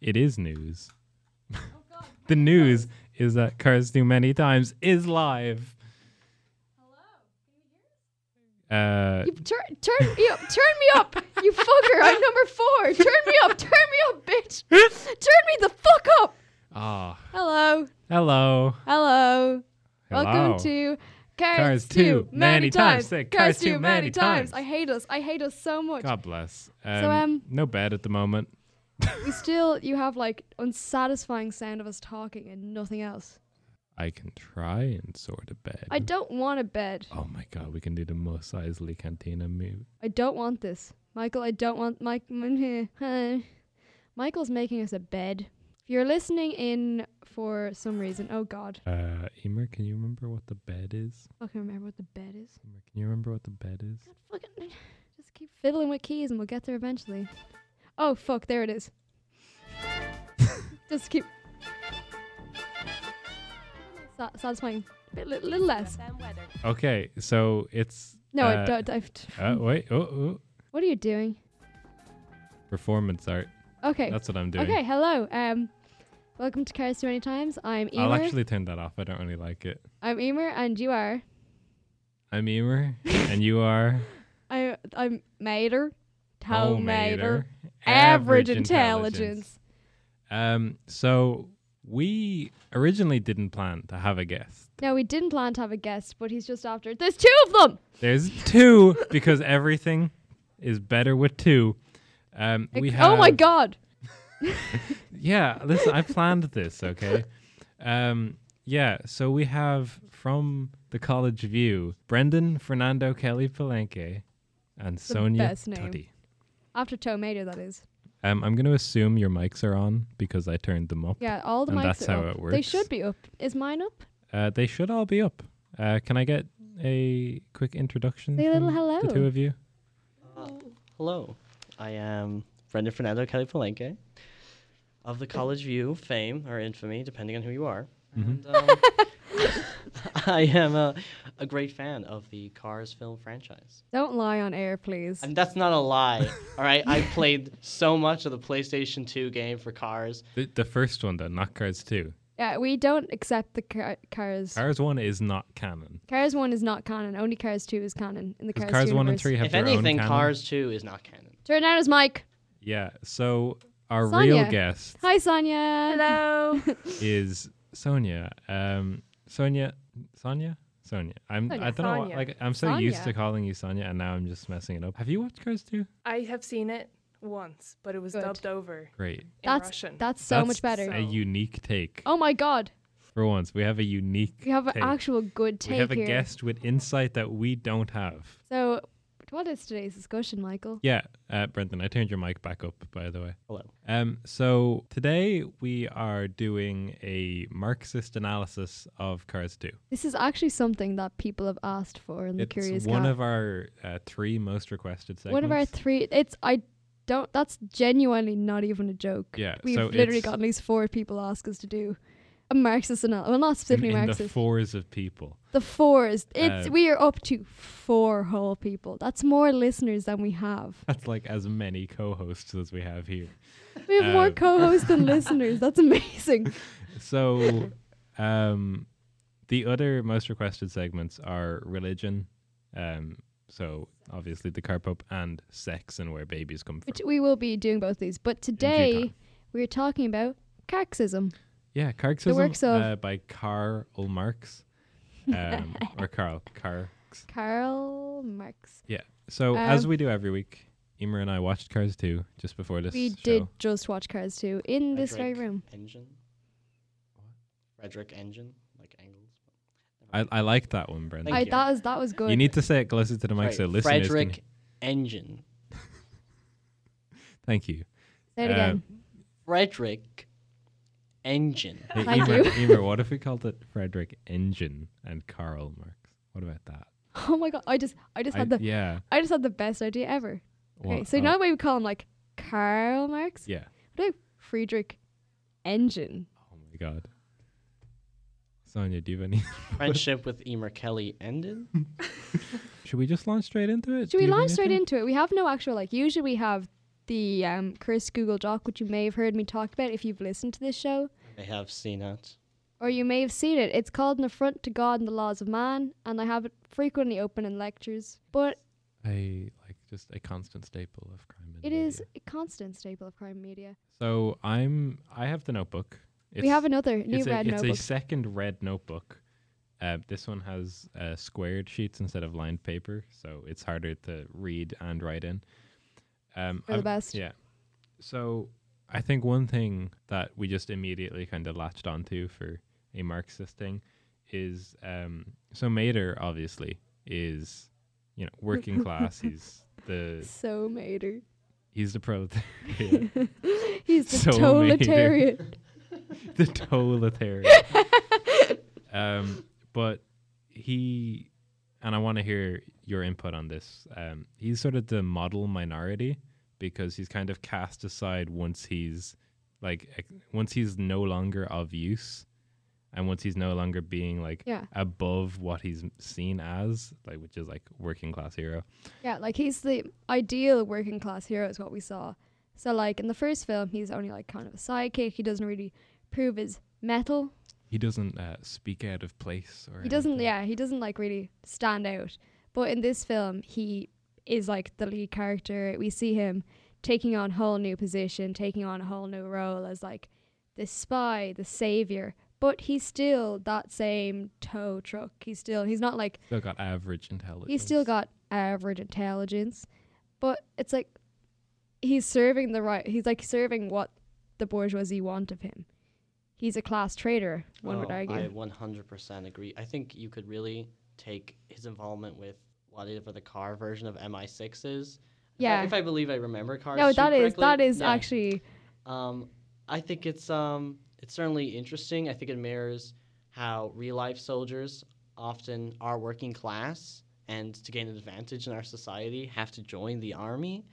it is news. Oh, the news is that Cars Do Many Times is live. Uh, You turn turn me up, turn me up, you fucker! I'm number four. Turn me up, turn me up, bitch! Turn me the fuck up! ah, Hello, hello. hello. hello. Welcome to Cars, Cars Too Too Many Many Times. Times. Say Cars Cars Too Too Many Many Times. Times. I hate us. I hate us so much. God bless. Um, So, um, no bed at the moment. We still, you have like unsatisfying sound of us talking and nothing else. I can try and sort a bed. I don't want a bed. oh my god, we can do the Mos Eisley Cantina move. I don't want this, Michael. I don't want Mike. Michael's making us a bed. If you're listening in for some reason, oh God, Uh, Emer, can you remember what the bed is? I fucking remember what the bed is. Emer, can you remember what the bed is? Fucking just keep fiddling with keys and we'll get there eventually. Oh fuck, there it is. just keep Sa- satisfying. Bit, li- little less. Okay, so it's No, uh, I don't. I've t- Uh, wait, oh, oh, what are you doing? performance art. Okay. That's what I'm doing. okay. Hello. Um, welcome to Cars Too Many Times. I'm Emer. I'll actually turn that off. I don't really like it. I'm Emer, and you are. I'm Emer, and you are I I'm Mater. Homemader. Homemader. Average intelligence. Um, so we originally didn't plan to have a guest. No, we didn't plan to have a guest, but he's just after. There's two of them. There's two because everything is better with two. Um, we Ex- have, oh my god. Yeah, listen, I planned this. Okay. Um, yeah, so we have from the College View Brendan Fernando Kelly Palenque and Sonia best name. Tutty. After Tomato, that is. Um, I'm going to assume your mics are on because I turned them up. Yeah, all the And mics that's are how up. it They works. should be up. Is mine up? Uh, they should all be up. Uh, can I get a quick introduction? Say a little from The hello. two of you. Hello, I am Brendan Fernando Kelly Palenque of the College View fame or infamy, depending on who you are. Mm-hmm. And, um, I am a, a great fan of the Cars film franchise. Don't lie on air, please. And that's not a lie, all right? I played so much of the PlayStation 2 game for Cars. The, the first one, though, not Cars 2. Yeah, we don't accept the car- cars. Cars 1 is not canon. Cars one is not canon. Only Cars two is canon in the 'Cause Cars, Cars 1 and universe. 3 have if their own anything, canon. Cars 2 is not canon. Turn down his mic. Yeah, so our real Sonia. guest Hi, Sonia. Hello. is Sonia. Um, Sonia, Sonia, Sonia. I'm I Sonia. don't know. Why, Sonia. like I'm so used to Sonia. calling you Sonia, and now I'm just messing it up. Have you watched Cars 2? I have seen it once, but it was Good. dubbed over Great. in That's Russian. that's so That's much better. A unique take Oh my god, for once. We have a unique. we have an take. actual good take We have a here. guest with insight that we don't have. So, what is today's discussion, Michael? Yeah, uh, Brendan, I turned your mic back up, by the way. Hello. Um, so today we are doing a Marxist analysis of Cars 2. This is actually something that people have asked for in the It's Curious one Cat. of our uh, three most requested segments. one of our three. It's I don't. That's genuinely not even a joke. Yeah, we've so literally it's- gotten at least four people ask us to do a Marxist analysis. Well, not in, specifically in the Marxist. fours of people. The four is it's Uh, we are up to four whole people. That's more listeners than we have. That's like as many co-hosts as we have here. We have more Um, co-hosts than listeners. That's amazing. So, um, the other most requested segments are religion. Um, so obviously the car pope and sex and where babies come from. Which we will be doing both these, but today time. we're talking about Marxism. Yeah, Marxism. works of- uh, by Karl Marx, um, or Karl Marx. Karl Marx. Yeah. So as Um, we do every week, Emer and I watched Cars 2 just before this. We show. did just watch Cars 2 in this very Frederick room. Engine. Frederick Engine, like Engels. I, I like that one, Brendan. Thank I you. that was that was good. You need to say it closer to the mic Sorry, so listeners can Frederick Engine. hear- Thank you. say it uh, again. Frederick Engine. Hey, Thank Emer, you. Emer, what if we called it Frederick Engine and Karl Marx? What about that? oh my god, I just I just I- had the yeah. I just had the best idea ever. Well, Okay, so oh, now we would call him like Karl Marx. Yeah. What about Friedrich Engine? Oh my god. Sonia, do you have any? friendship with Emer Kelly ended. Should we just launch straight into it? Should Do we you have launch straight anything? into it? We have no actual like. Usually we have the um, cursed Google Doc, which you may have heard me talk about if you've listened to this show, I have seen it. or you may have seen it. It's called An Affront to God and the Laws of Man, and I have it frequently open in lectures. But a like just a constant staple of crime. and it is media. a constant staple of crime media. So I'm. I have the notebook. we It's- have another new it's a, red it's notebook. a second red notebook. Uh, this one has uh, squared sheets instead of lined paper, so it's harder to read and write in. Um, For the I've- best. Yeah. So I think one thing that we just immediately kind of latched onto for a Marxist thing is um, so Mater obviously is you know working class. He's the so Mater. he's the proletariat, He's the So Mater. totalitarian. the totalitarian. um, but he and I want to hear your input on this. Um, he's sort of the model minority because he's kind of cast aside once he's like ex- once he's no longer of use, and once he's no longer being like Yeah. above what he's seen as, like which is like working class hero. Yeah, like he's the ideal working class hero is what we saw. So like in the first film, he's only like kind of a sidekick. He doesn't really prove his metal. He doesn't uh, speak out of place or He doesn't anything. yeah, he doesn't like really stand out. But in this film, he is like the lead character. We see him taking on a whole new position, taking on a whole new role as like the spy, the savior. But he's still that same tow truck. He's still he's not like Still got average intelligence. he's still got average intelligence, but it's like he's serving the right. He's like serving what the bourgeoisie want of him. He's a class traitor. One would Oh, argue. I 100% agree. I think you could really take his involvement with whatever the car version of MI6 is. If I- Yeah. If I believe I remember cars. no, that is that is actually. actually Um, I think it's um, it's certainly interesting. I think it mirrors how real life soldiers often are working class and to gain an advantage in our society have to join the army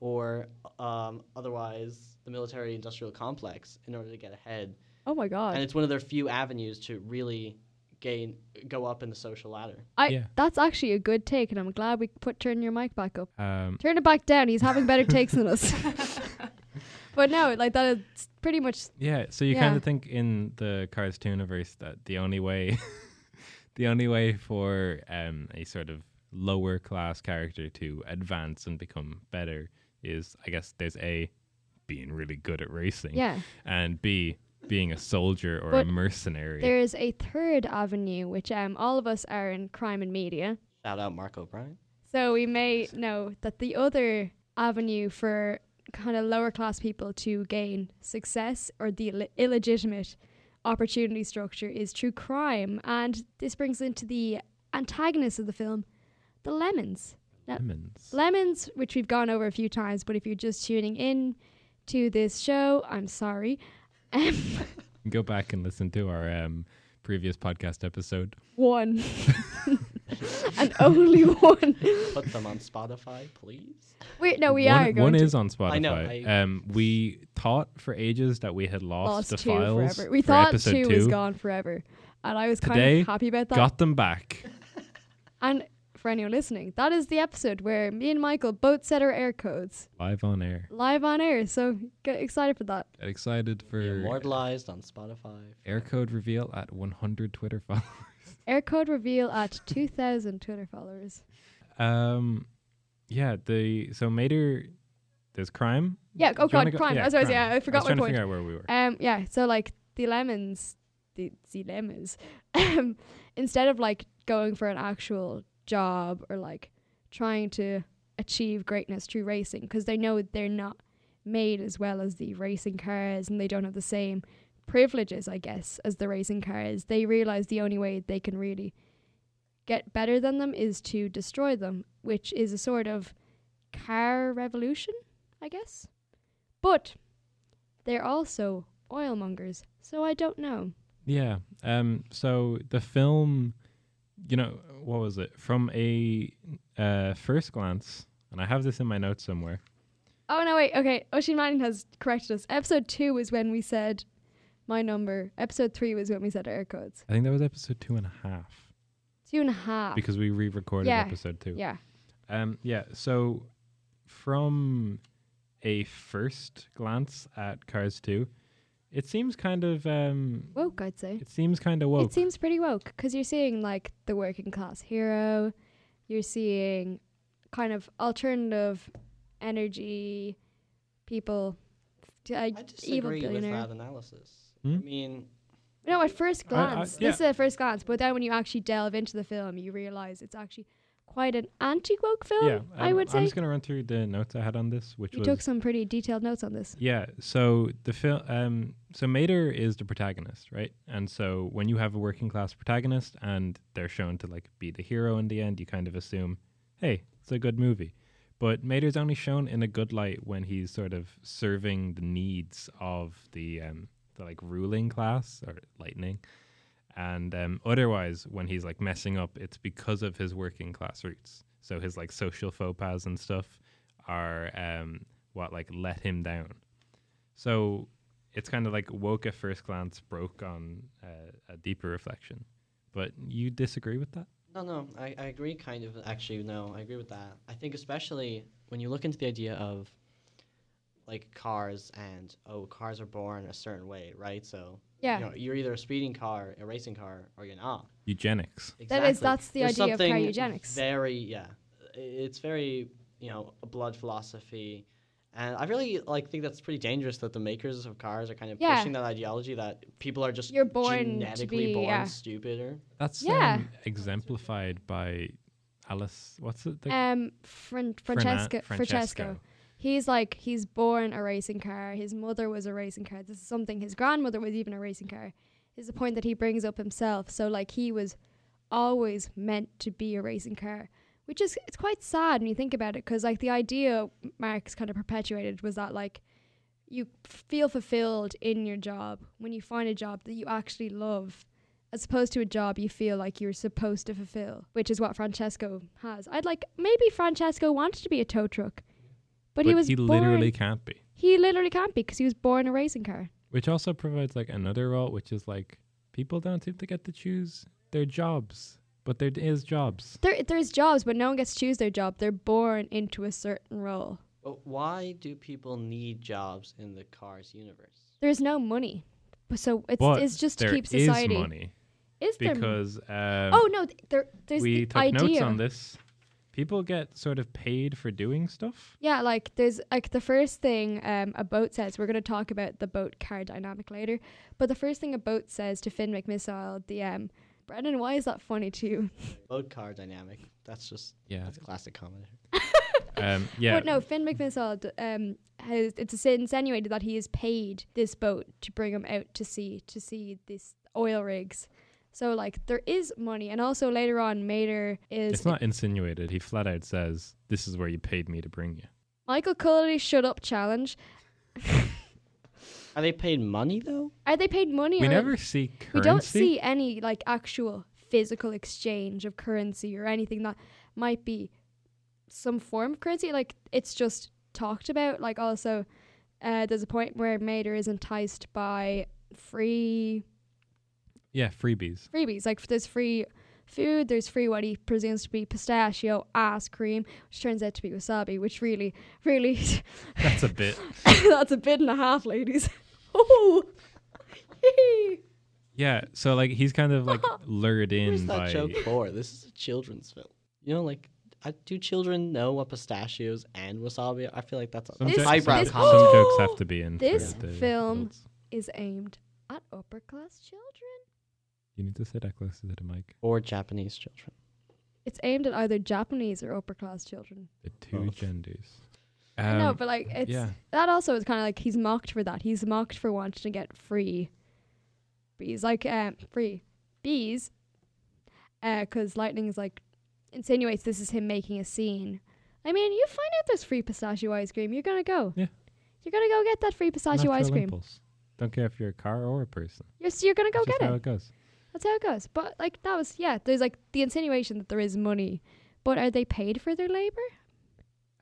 or um, otherwise the military industrial complex in order to get ahead. oh my And god. it's one of their few avenues to really gain go up in the social ladder. I Yeah. that's actually a good take, and I'm glad we put turn your mic back up. um, Turn it back down. He's having better takes than us. but no, like that is pretty much Yeah, so you Yeah. kind of think in the Cars 2 universe that the only way, the only way for um, a sort of lower class character to advance and become better is, I guess, there's a being really good at racing, yeah. and b being a soldier or a But mercenary. There is a third avenue, which um all of us are in crime and media. Shout out Mark O'Brien. So we may know that the other avenue for kind of lower class people to gain success or the Ill- illegitimate opportunity structure is through crime. And this brings into the antagonist of the film, the Lemons. Lemons. Lemons, which we've gone over a few times, but if you're just tuning in to this show, I'm sorry. Go back and listen to our um, previous podcast episode. One. and only one. Put them on Spotify, please. Wait, no, we one, are going one to. is on Spotify. I know, um, we thought for ages that we had lost lost, the two files. forever. We for thought episode two, was gone forever, and I was kind Today, of happy about that. Got them back. and for anyone listening, that is the episode where me and Michael both set our air codes Live on air. live on air. So get excited for that. Get excited Be for immortalized on Spotify. air code reveal at 100 Twitter followers. Air code reveal at 2,000 Twitter followers. Um, yeah, the so Mater, there's crime. Yeah. Do Oh you wanna God, go- crime. I was, I was- crime. yeah, I I was forgot trying my to point. figure out where we were. Um, yeah. So like the lemons, the the lemons, um, instead of like going for an actual job or like trying to achieve greatness through racing, because they know they're not made as well as the racing cars and they don't have the same privileges, I guess, as the racing cars. They realize the only way they can really get better than them is to destroy them, which is a sort of car revolution, I guess. But they're also oilmongers, so I don't know. Yeah. Um. So the film, you know, what was it? From a uh, first glance, and I have this in my notes somewhere. Oh no, wait, okay. Oshin Manning has corrected us. Episode two was when we said my number. Episode three was when we said air codes. I think that was episode two and a half Two and a half. because we re-recorded Ah. Yeah. episode two. yeah. Um, yeah. So, Um, from a first glance at Cars 2, it seems kind of um, Woke, I'd say. it seems kind of woke. It seems pretty woke because you're seeing like the working class hero, you're seeing kind of alternative energy people, f- uh, I evil disagree with billionaire. that analysis. I Hmm? mean, No, at first I- I- glance, yeah. this is at first glance, but then when you actually delve into the film, you realize it's actually quite an anti woke film. yeah, I um, would I'm say just gonna run through the notes I had on this, which you was took some pretty detailed notes on this. Yeah. So the film, um, so Mater is the protagonist, right? And so when you have a working class protagonist and they're shown to like be the hero in the end, you kind of assume, hey, it's a good movie. But Mater's only shown in a good light when he's sort of serving the needs of the um, the like ruling class or lightning. And um, otherwise, when he's like messing up, it's because of his working class roots. So his like social faux pas and stuff are um, what like let him down. So it's kind of like woke at first glance, broke on uh, a deeper reflection. But you disagree with that? no, no, I, I agree kind of. Actually, no, I agree with that. I think especially when you look into the idea of like cars and oh, cars are born a certain way, right? So Yeah. you know, you're either a speeding car, a racing car, or you're not. Eugenics. That is- that's the idea of something cryogenics. Very, yeah, I- it's very you know a blood philosophy, and I really like think that's pretty dangerous that the makers of cars are kind of Yeah. pushing that ideology that people are just You're born to genetically be- born yeah. stupider. That's Yeah. um, exemplified by Alice. What's it? The, Um, Fran- Francesca, Francesco. He's like he's born a racing car. His mother was a racing car. This is something his grandmother was even a racing car. Is the point that he brings up himself. So like he was always meant to be a racing car, which is it's quite sad when you think about it because like the idea Marx kind of perpetuated was that like you feel fulfilled in your job when you find a job that you actually love as opposed to a job you feel like you're supposed to fulfill, which is what Francesco has. I'd like maybe Francesco wanted to be a tow truck, but, But he was he born, literally can't be. he literally can't be because he was born a racing car. Which also provides like another role, which is like people don't seem to get to choose their jobs, but there is jobs. There, there's jobs, but no one gets to choose their job. They're born into a certain role. But why do people need jobs in the cars universe? There's no money, But so it's but it's just to there keep is society. money Is there? mon- because um, oh no, th- there there's we the took idea. notes on this. People get sort of paid for doing stuff. Yeah, like there's like the first thing um, a boat says. We're gonna talk about the boat car dynamic later, but the first thing a boat says to Finn McMissile, the um, Brendan, why is that funny to you? Boat car dynamic. That's just Yeah. that's classic comedy. Um, yeah. But no, Finn McMissile d- um, has it's insinuated that he is paid this boat to bring him out to sea to see these oil rigs. So like there is money, and also later on, Mater is it's not insinuated. He flat out says, "This is where you paid me to bring you." Michael Cully shut up challenge. Are they paid money though? Are they paid money? We or never see currency. We don't see any like actual physical exchange of currency or anything that might be some form of currency. Like it's just talked about. Like also, uh, there's a point where Mater is enticed by free Yeah, freebies. freebies. Like there's free food, there's free what he presumes to be pistachio ass cream, which turns out to be wasabi. Which really, really, That's a bit. that's a bit and a half, ladies. oh. Yeah, so like he's kind of like lured Who's in that by joke for? This is a children's film. You know, like I, do children know what pistachios and wasabi? are? I feel like that's a some, This- that's jokes, eyebrow this- some comedy. oh! jokes have to be in. for This the film- adults. is aimed at upper class children. You need to sit that closer to the mic. Or Japanese children. It's aimed at either Japanese or upper class children. The two Both. genders. no, Um, but like it's yeah. that also is kind of like he's mocked for that. He's mocked for wanting to get free bees, like um, free bees, because lightning is like insinuates this is him making a scene. I mean, you find out there's free pistachio ice cream, you're gonna go. Yeah. You're gonna go get that free pistachio natural ice cream. impulse. Don't care if you're a car or a person. You're s- you're gonna go It's just get it. how it goes. That's how it goes. But like that was yeah. There's like the insinuation that there is money, but are they paid for their labor?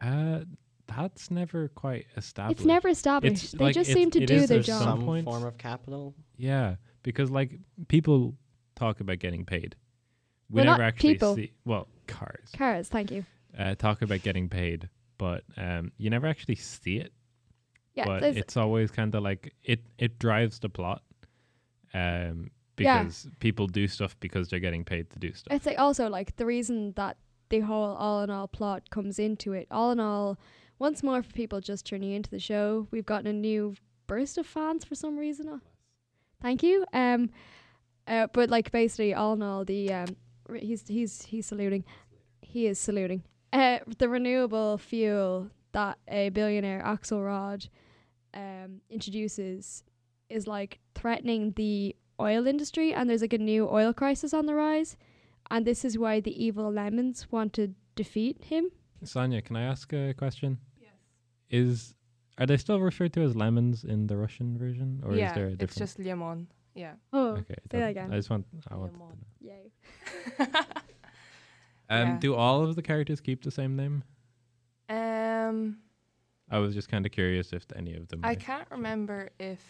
Uh, that's never quite established. It's never established. they like, just it's- seem to it do is their there's job. some some points. Mm. form of capital? Yeah, because like people talk about getting paid. We Well, never not actually people. see well cars Cars, thank you. uh, talk about getting paid, but um, you never actually see it. Yeah, but there's- it's always kind of like it it drives the plot um Yeah. because people do stuff because they're getting paid to do stuff It's like also like the reason that the whole all in all plot comes into it. All in all, once more for people just turning into the show, we've gotten a new burst of fans for some reason. Uh, Thank you. Um, uh, but like basically, all in all, the um, re- he's he's he's saluting, he is saluting. Uh, the renewable fuel that a billionaire Axelrod um introduces is like threatening the oil industry, and there's like a new oil crisis on the rise and this is why the evil lemons want to defeat him. sonia can i ask a question yes is are they still referred to as lemons in the russian version or yeah, is there a it's different just Lemon. Yeah. Oh, okay that again. i just want i want to know. Lemon. yay! um Yeah. do all of the characters keep the same name Um, i was just kind of curious if any of them I are can't remember if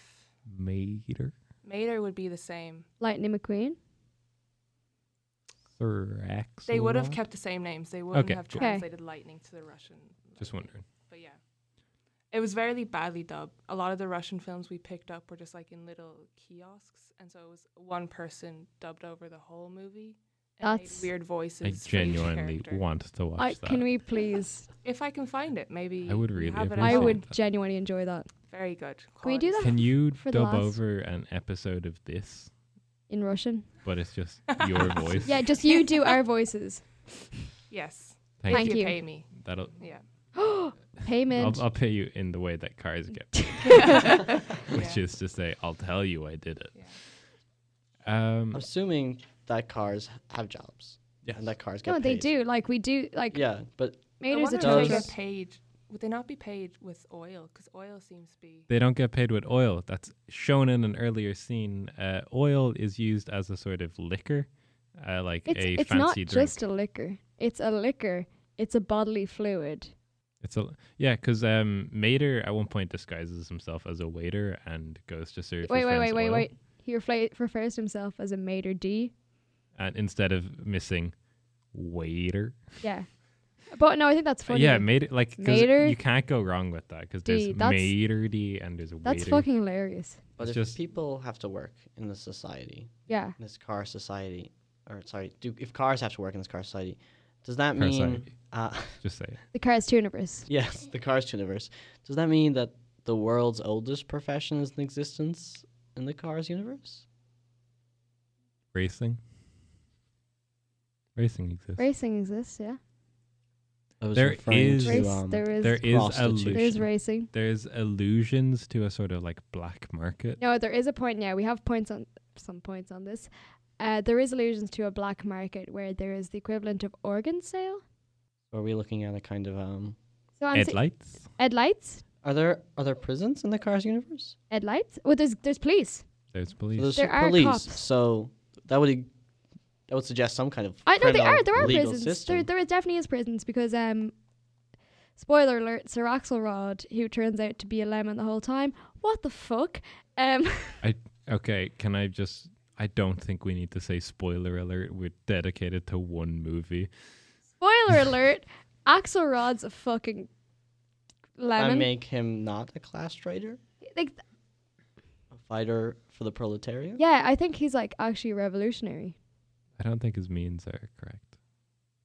mater Mater would be the same. Lightning McQueen. Thorax. They would have kept the same names. They wouldn't Okay, have cool. Okay. translated lightning to the Russian. Just lightning. wondering. But yeah. It was very badly dubbed. A lot of the Russian films we picked up were just like in little kiosks, and so it was one person dubbed over the whole movie. And made That's- weird voices. I for each genuinely character. want to watch I, that. can we please? If I can find it, maybe I would you really have it appreciate I online. would that. genuinely enjoy that Very good. Can we do quality that? Can you for the dub last- over an episode of this, in Russian. but it's just your voice? Yeah, just you do our voices. stuff. Yes. Thank Thank if you. you. Pay me. That'll. Yeah. I'll, Payment. I'll pay you in the way that cars get, paid, which Yeah. is to say, I'll tell you I did it. Yeah. Um, I'm assuming that cars have jobs. Yes. And that cars get no, they paid. do. Like we do. Like Yeah, but I Mater's a wonder if they treasure. get Does- paid. Would they not be paid with oil? Because oil seems to be. they don't get paid with oil. That's shown in an earlier scene. Uh, oil is used as a sort of liquor, uh, like It's a it's fancy not drink. just a liquor. It's a liquor. It's a bodily fluid. It's a yeah, because um, Mater at one point disguises himself as a waiter and goes to serve. Wait, his wait, wait, friends wait, oil. wait. He refla- refers to himself as a Mater D. and instead of missing waiter. Yeah, but no, I think that's funny. Yeah, made it like 'cause Mater you can't go wrong with that because there's D, that's- mater D and there's that's waiter. fucking hilarious. but It's if just- people have to work in this society, Yeah. in this car society, or sorry, do if cars have to work in this car society, does that Car mean? society. Uh, Just say it. The Cars Universe. yes, the cars universe. Does that mean that the world's oldest profession is in existence in the cars universe? racing. Racing exists. Racing exists, yeah. I was There referring is- to Race, um, there is There is Prostitution. there is allusion. racing. There's allusions to a sort of like black market. No, there is a point. Yeah, we have points on some points on this. Uh, there is allusions to a black market where there is the equivalent of organ sale. are we looking at a kind of um? So I'm Ed si- lights. Ed lights. Are there are there prisons in the cars universe? Ed lights. Well, there's there's police. There's So police. there's There are police, cops. so that would that would suggest some kind of I know there criminal are there are legal prisons. system. There there definitely is prisons because um, spoiler alert: Sir Axelrod, who turns out to be a lemon the whole time. What the fuck? Um, okay, can I just? I don't think we need to say spoiler alert. We're dedicated to one movie. spoiler alert: Axelrod's a fucking and lemon. make him not a class traitor, Like a fighter for the proletariat. Yeah, I think he's like actually revolutionary. I don't think his means are correct.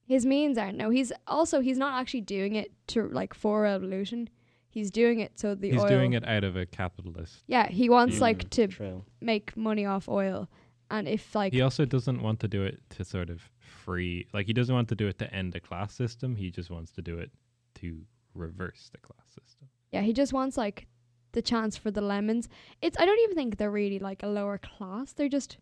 His means aren't. No, he's also he's not actually doing it to like for revolution. He's doing it so the He's oil. doing it out of a capitalist Yeah, he wants Mm, like to true. make money off oil, and if like he also doesn't want to do it to sort of free like he doesn't want to do it to end the class system he just wants to do it to reverse the class system yeah, he just wants like the chance for the lemons. It's I don't even think they're really like a lower class. They're just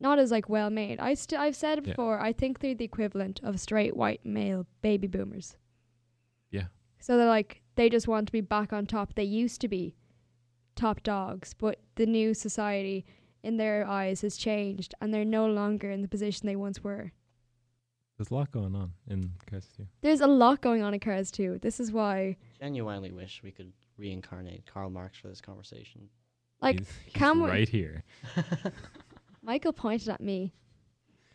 not as like well made. I st- I've said it Yeah. before. I think they're the equivalent of straight white male baby boomers. Yeah. So they're like they just want to be back on top. They used to be top dogs, but the new society in their eyes has changed and they're no longer in the position they once were. there's a lot going on in cars 2 There's a lot going on in Cars too. This is why Genuinely wish we could reincarnate Karl Marx for this conversation. like he's, he's can we- right here Michael pointed at me.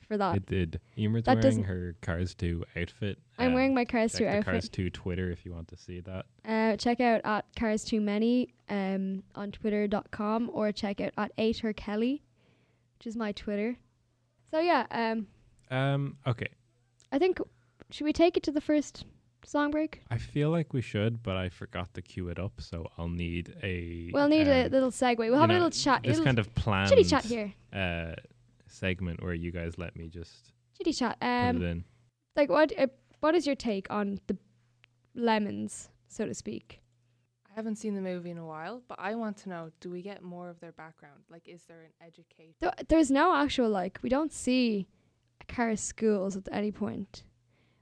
for that. It did. Emer's Uh, That wearing doesn't- her Cars 2 outfit. I'm and wearing my Cars Um, check 2 the outfit. Cars 2 Twitter if you want to see that. Uh, check out at Cars Too Many um, on twitter.com or check out at 8 her Kelly, which is my Twitter. So yeah, um, Um, okay. I think should we take it to the first song break? I feel like we should, but I forgot to cue it up, so I'll need a. We'll need a um, little segue. We'll you have know, a little chat. This little kind of planned chitty chat here. Uh, segment where you guys let me just Chitty chat. put it Um, in. like what? Uh, what is your take on the lemons, so to speak? I haven't seen the movie in a while, but I want to know: Do we get more of their background? Like, is there an education? Th- there's no actual like we don't see Karis schools at any point,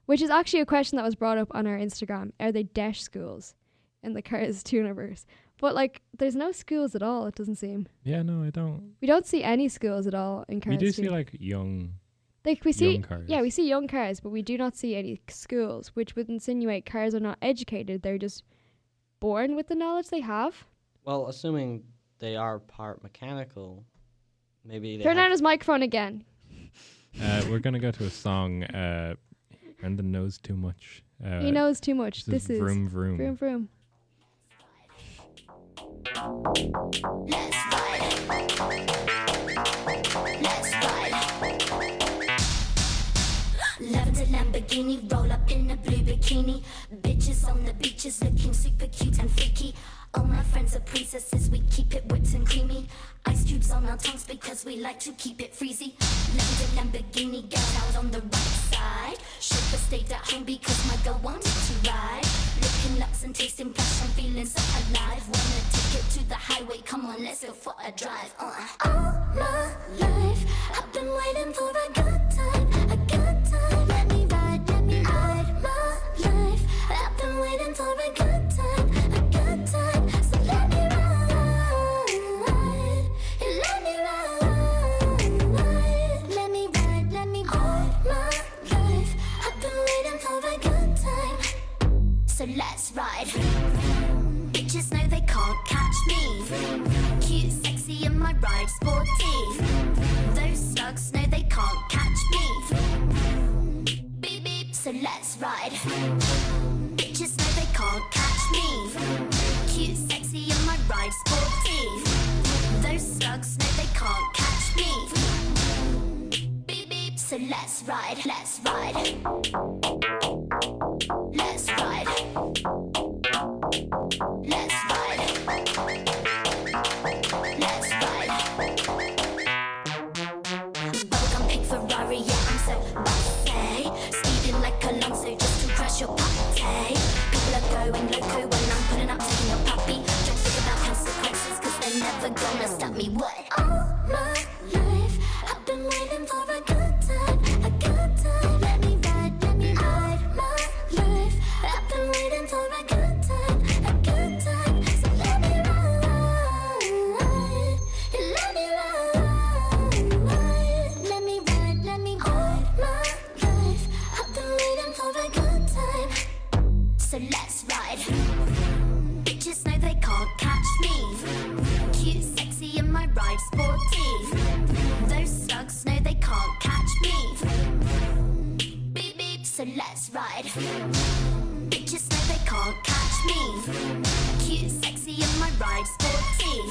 which is actually a question that was brought up on our Instagram. Are they dash schools in the Karis universe? But like, there's no schools at all. It doesn't seem Yeah, no, I don't. we don't see any schools at all in Karis. we do see like young, like we see young cars. yeah we see young cars, but we do not see any schools, which would insinuate cars are not educated. They're just born with the knowledge they have. Well, assuming they are part mechanical, maybe they Turn on have- his microphone again. uh, we're gonna go to a song. Uh, Brendan knows too much. Uh, he knows too much. This, is vroom vroom. vroom vroom. Lavender Lamborghini, roll up in a blue bikini. Bitches on the beaches looking super cute and freaky. All my friends are princesses, we keep it whipped and creamy. Ice cubes on our tongues because we like to keep it freezy. Lavender Lamborghini, girl out on the right side. Should have stayed at home because my girl wanted to ride. Licking lips and tasting flesh, I'm feeling so alive. Wanna take it to the highway, come on, let's go for a drive. Uh. All my life, I've been waiting for a good time, a good time. Let me ride, let me ride. My life, I've been waiting for a good time, a good time. So let me ride, let me ride. Let me ride, let me ride. All my life, I've been waiting for a good time so let's ride. Bitches know they can't catch me. Cute, sexy, and my ride sporty. Those slugs know they can't catch me. Beep beep, so let's ride. Bitches know they can't catch me. Cute, sexy, and my ride sporty. Those slugs know they can't catch me. Beep beep, so let's ride, let's ride. Let's ride. Let's ride. Let's ride. Bubblegum pink Ferrari, yeah, I'm so buffet. Speeding like Alonso just to crash your party. People are going loco when I'm pulling up, taking your puppy. Don't think about consequences, cause they're never gonna stop me. What? All my life, I've been waiting for a good time, a good time. Let me ride, let me ride. My life, I've been waiting for a good time, a good time. So let me ride, let me ride. Let me ride, let me ride. My life, I've been waiting for a good time so let's ride. Bitches know they can't catch me. Cute, sexy, and my ride sporty. Those slugs know they can't catch me. Beep beep, so let's ride. Bitches know they can't catch me. Cute, sexy, and my ride sporty.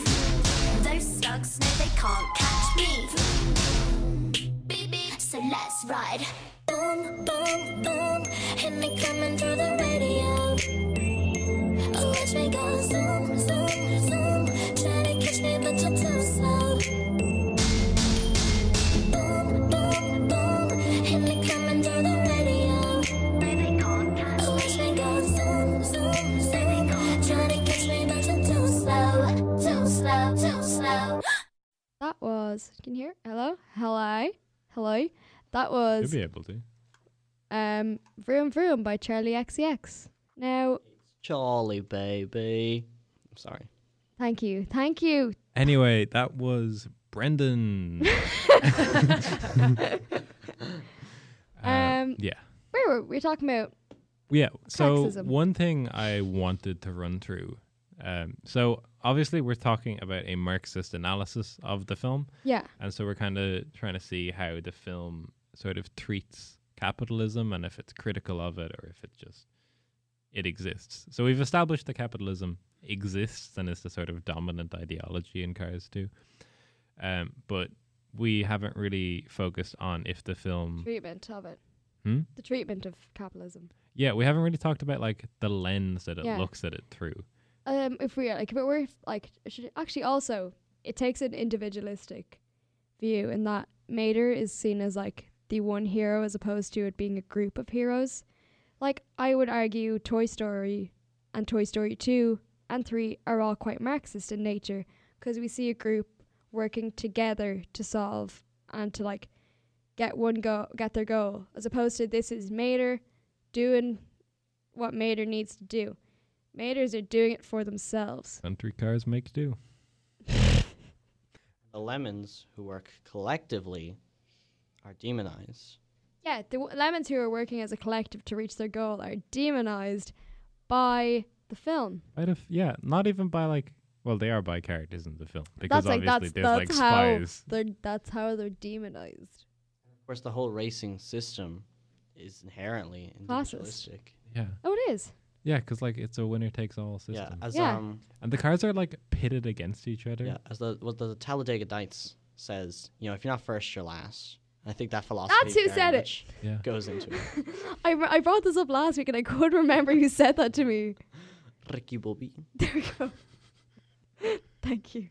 Those slugs know they can't catch me baby. So let's ride. Boom, boom, boom. Hit me coming through the radio. Oh, watch me go zoom, zoom, zoom. Try to catch me, but you're too slow. Boom, boom, boom. Hit me coming through the radio. Oh, watch me go zoom, zoom, zoom. Try to catch me, but you're too slow. Too slow, too slow. That was. Can you hear? Hello, hello, hello. That was You'll be able to. um Vroom Vroom by Charlie XCX. Now, Jolly baby. I'm sorry. thank you, thank you. Anyway, that was Brendan. Um, yeah. Where were we talking about? Yeah. So Sexism. one thing I wanted to run through. Um, so obviously we're talking about a Marxist analysis of the film, Yeah, and so we're kind of trying to see how the film sort of treats capitalism and if it's critical of it or if it just it exists. So we've established that capitalism exists and is the sort of dominant ideology in Cars 2. Um, but we haven't really focused on if the film Treatment of it. Hmm? The treatment of capitalism. Yeah, we haven't really talked about like the lens that it Yeah. looks at it through. Um, if we like, if it were like, it should actually also, it takes an individualistic view in that Mater is seen as like the one hero as opposed to it being a group of heroes. Like I would argue, Toy Story and Toy Story two and three are all quite Marxist in nature because we see a group working together to solve and to like get one go get their goal as opposed to this is Mater doing what Mater needs to do. Maters are doing it for themselves. Country cars make do. The lemons who work collectively are demonized. Yeah, the w- lemons who are working as a collective to reach their goal are demonized by the film. I'd have, yeah, not even by like well, they are by characters in the film because that's like obviously that's there's that's like how spies. they're that's how they're demonized. Of course, the whole racing system is inherently Classist. individualistic. Yeah, Oh, it is. yeah, because like it's a winner takes all system, Yeah, as Yeah. um, and the cars are like pitted against each other. yeah, as the what the Talladega Nights says, you know, if you're not first, you're last. I think that philosophy. who very said it. much Yeah. Goes into it. I, br- I brought this up last week and I couldn't remember who said that to me. Ricky Bobby. There we go. Thank you.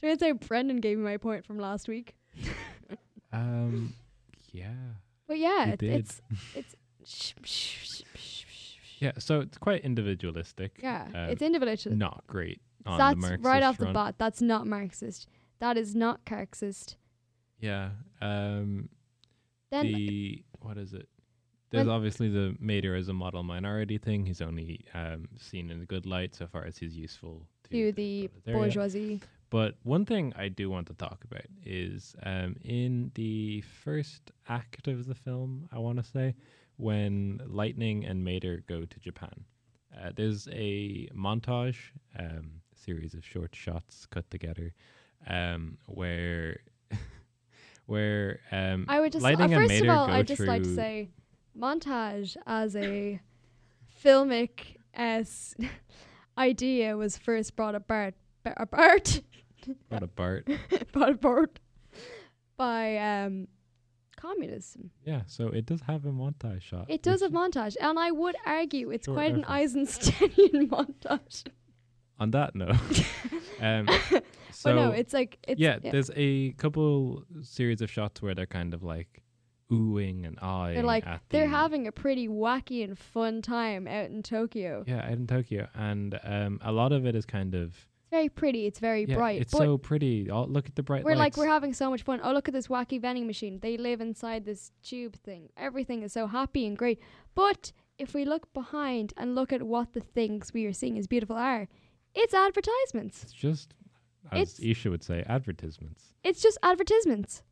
Turns out Brendan gave me my point from last week. Um, yeah, But yeah, You it, did. it's it's sh- sh- sh- sh- sh- sh- yeah. So it's quite individualistic. yeah, Um, it's individualistic. not great. On that's the Marxist right off the front. bat. That's not Marxist. That is not Marxist. Yeah. Um, Then the what is it? There's When- obviously the Mater as a model minority thing. He's only um, seen in a good light so far as he's useful to, to the proletariat. bourgeoisie. But one thing I do want to talk about is um, in the first act of the film, I want to say, when Lightning and Mater go to Japan, uh, there's a montage, um, series of short shots cut together, um, where where um, I would just uh, Lightning and first Mater of all, go I just like to through- say, montage as a filmic s idea was first brought about b- about What a Bart. brought about by um, communism. Yeah, so it does have a montage shot. It does have which- montage, and I would argue it's Sure, quite an okay. Eisensteinian montage. on that note. um, so but no, it's like it's yeah, there's a couple series of shots where they're kind of like oohing and eyeing. They're like at they're the- having a pretty wacky and fun time out in Tokyo. yeah out in Tokyo, and um, a lot of it is kind of It's very pretty. It's very yeah, bright. It's but so pretty. Oh, look at the bright we're like lights. we're having so much fun. Oh look at this wacky vending machine. They live inside this tube thing. Everything is so happy and great. But if we look behind and look at what the things we are seeing as beautiful are, it's advertisements. it's just as It's- Isha would say, advertisements. It's just advertisements.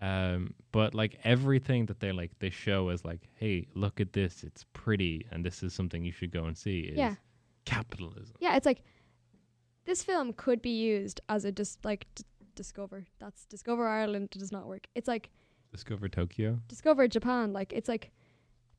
Um, but like everything that they like, they show as like, hey, look at this, it's pretty, and this is something you should go and see. Is Yeah. capitalism. Yeah, it's like this film could be used as a just like d- discover. That's discover Ireland does not work. It's like Discover Tokyo. discover Japan. Like it's like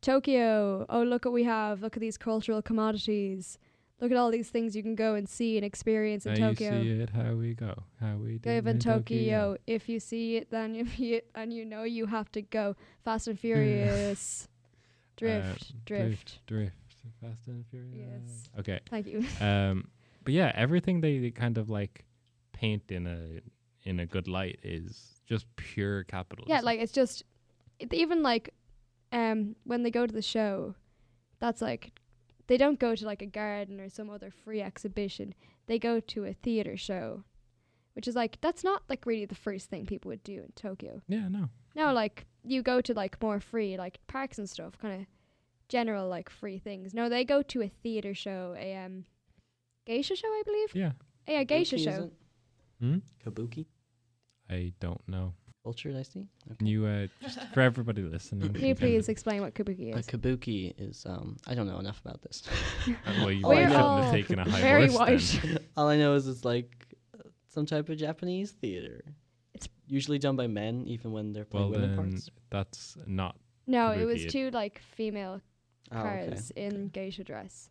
Tokyo. Oh, look what we have. Look at these cultural commodities. Look at all these things you can go and see and experience in Now Tokyo. you see it, how we go, how we do Live in Tokyo. If you see it, then you be it, and you know you have to go. Fast and Furious. drift, drift, Uh, drift, drift, Fast and Furious. Yes. Okay. Thank you. Um, but yeah, everything they, they kind of like paint in a in a good light is just pure capitalism. yeah, like it's just it, even like um when they go to the show, that's like they don't go to like a garden or some other free exhibition. They go to a theater show, which is like that's not like really the first thing people would do in Tokyo. yeah, no, Now like you go to like more free like parks and stuff, kind of general like free things. No, they go to a theater show, a um geisha show, I believe. yeah. Yeah, a geisha Kabuki, is show. it? Hmm? Kabuki I don't know. culture, I see. Can you uh, just for everybody listening? Can you please explain what kabuki A is? kabuki is um I don't know enough about this. Uh, well, you We're probably shouldn't all have taken a high very horse then. white. All I know is it's like uh, some type of Japanese theater. It's usually done by men, even when they're playing Well, women then parts. that's not. No, Could it we was be it? two like female Oh, okay. cars in geisha dress.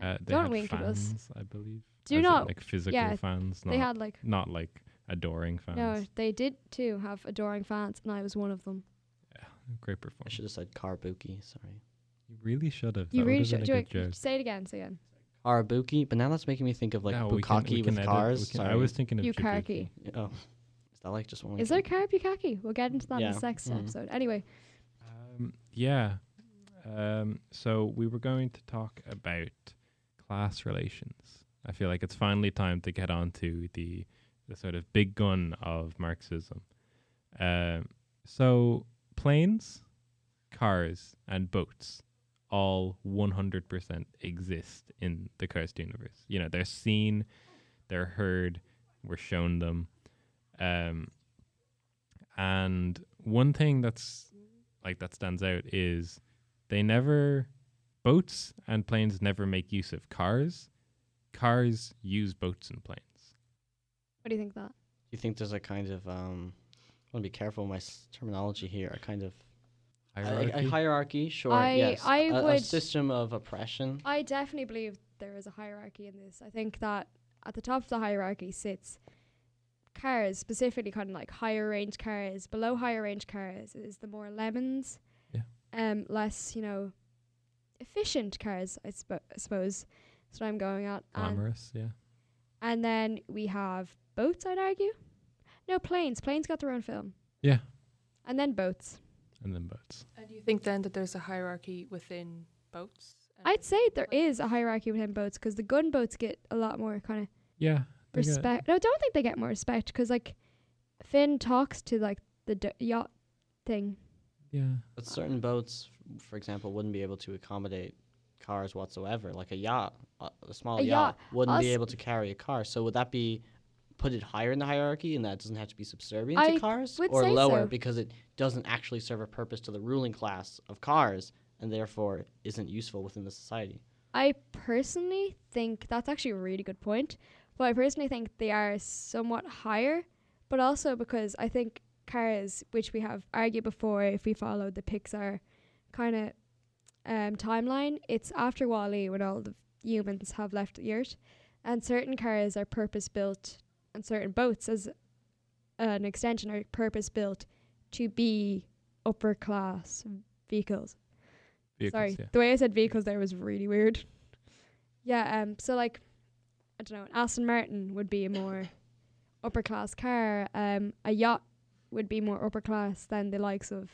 Uh, Uh, they don't had wink fans, at us. I believe. Do As in, not- like physical yeah, fans. Not, They had like not like adoring fans. no, they did too have adoring fans, and I was one of them. Great I performance. should have said Karabuki, sorry. You really should have. you that really should would've been do a it. good joke. Say it again. Say it again. Arabuki, but now that's making me think of like No, Bukaki we can- we can with edit- we cars. can- sorry. I was thinking of Yukaraki. Yukaraki. Oh. Is that like just one? Is there karapukaki? We'll get into that in Yeah. the sex Mm. episode. Anyway, Um, yeah. Um, so we were going to talk about class relations. I feel like it's finally time to get on to the, the sort of big gun of Marxism. Um, so planes, cars, and boats all 100% exist in the Karst universe. You know, they're seen, they're heard, we're shown them. Um, and one thing that's like that stands out is they never boats and planes never make use of cars. Cars use boats and planes. what do you think of that? You think there's a kind of um? I want to be careful with my s- terminology here. A kind of Hierarchy. A, a hierarchy, sure. I- yes. I a, a would- system of oppression. I definitely believe there is a hierarchy in this. I think that at the top of the hierarchy sits cars, specifically kind of like higher range cars. Below higher range cars is the more lemons, Yeah. um, less you know, efficient cars. I, spo- I suppose that's what I'm going at. And Glamorous, yeah. And then we have boats, I'd argue. No, planes. Planes got their own film. Yeah. And then boats. And then boats. And do you think then that there's a hierarchy within boats? and I'd say there planes? is a hierarchy within boats because the gunboats get a lot more kind of Yeah. they get- respect. No, I don't think they get more respect because, like, Finn talks to, like, the d- yacht thing. yeah. But certain boats, f- for example, wouldn't be able to accommodate cars whatsoever. Like a yacht, a, a small A yacht, yacht, wouldn't be us- able to carry a car. So would that be put it higher in the hierarchy, and that doesn't have to be subservient I to cars, would or say lower so. because it doesn't actually serve a purpose to the ruling class of cars, and therefore isn't useful within the society. I personally think that's actually a really good point. But I personally think they are somewhat higher, but also because I think cars, which we have argued before, if we follow the Pixar kind of um, timeline, it's after Wally when all the humans have left the Earth, and certain cars are purpose built, and certain boats, as an extension, are purpose built to be upper class vehicles. Vehicles, Sorry, yeah. the way I said vehicles there was really weird. Yeah, um, so like, I don't know, an Aston Martin would be a more upper class car. Um, a yacht would be more upper class than the likes of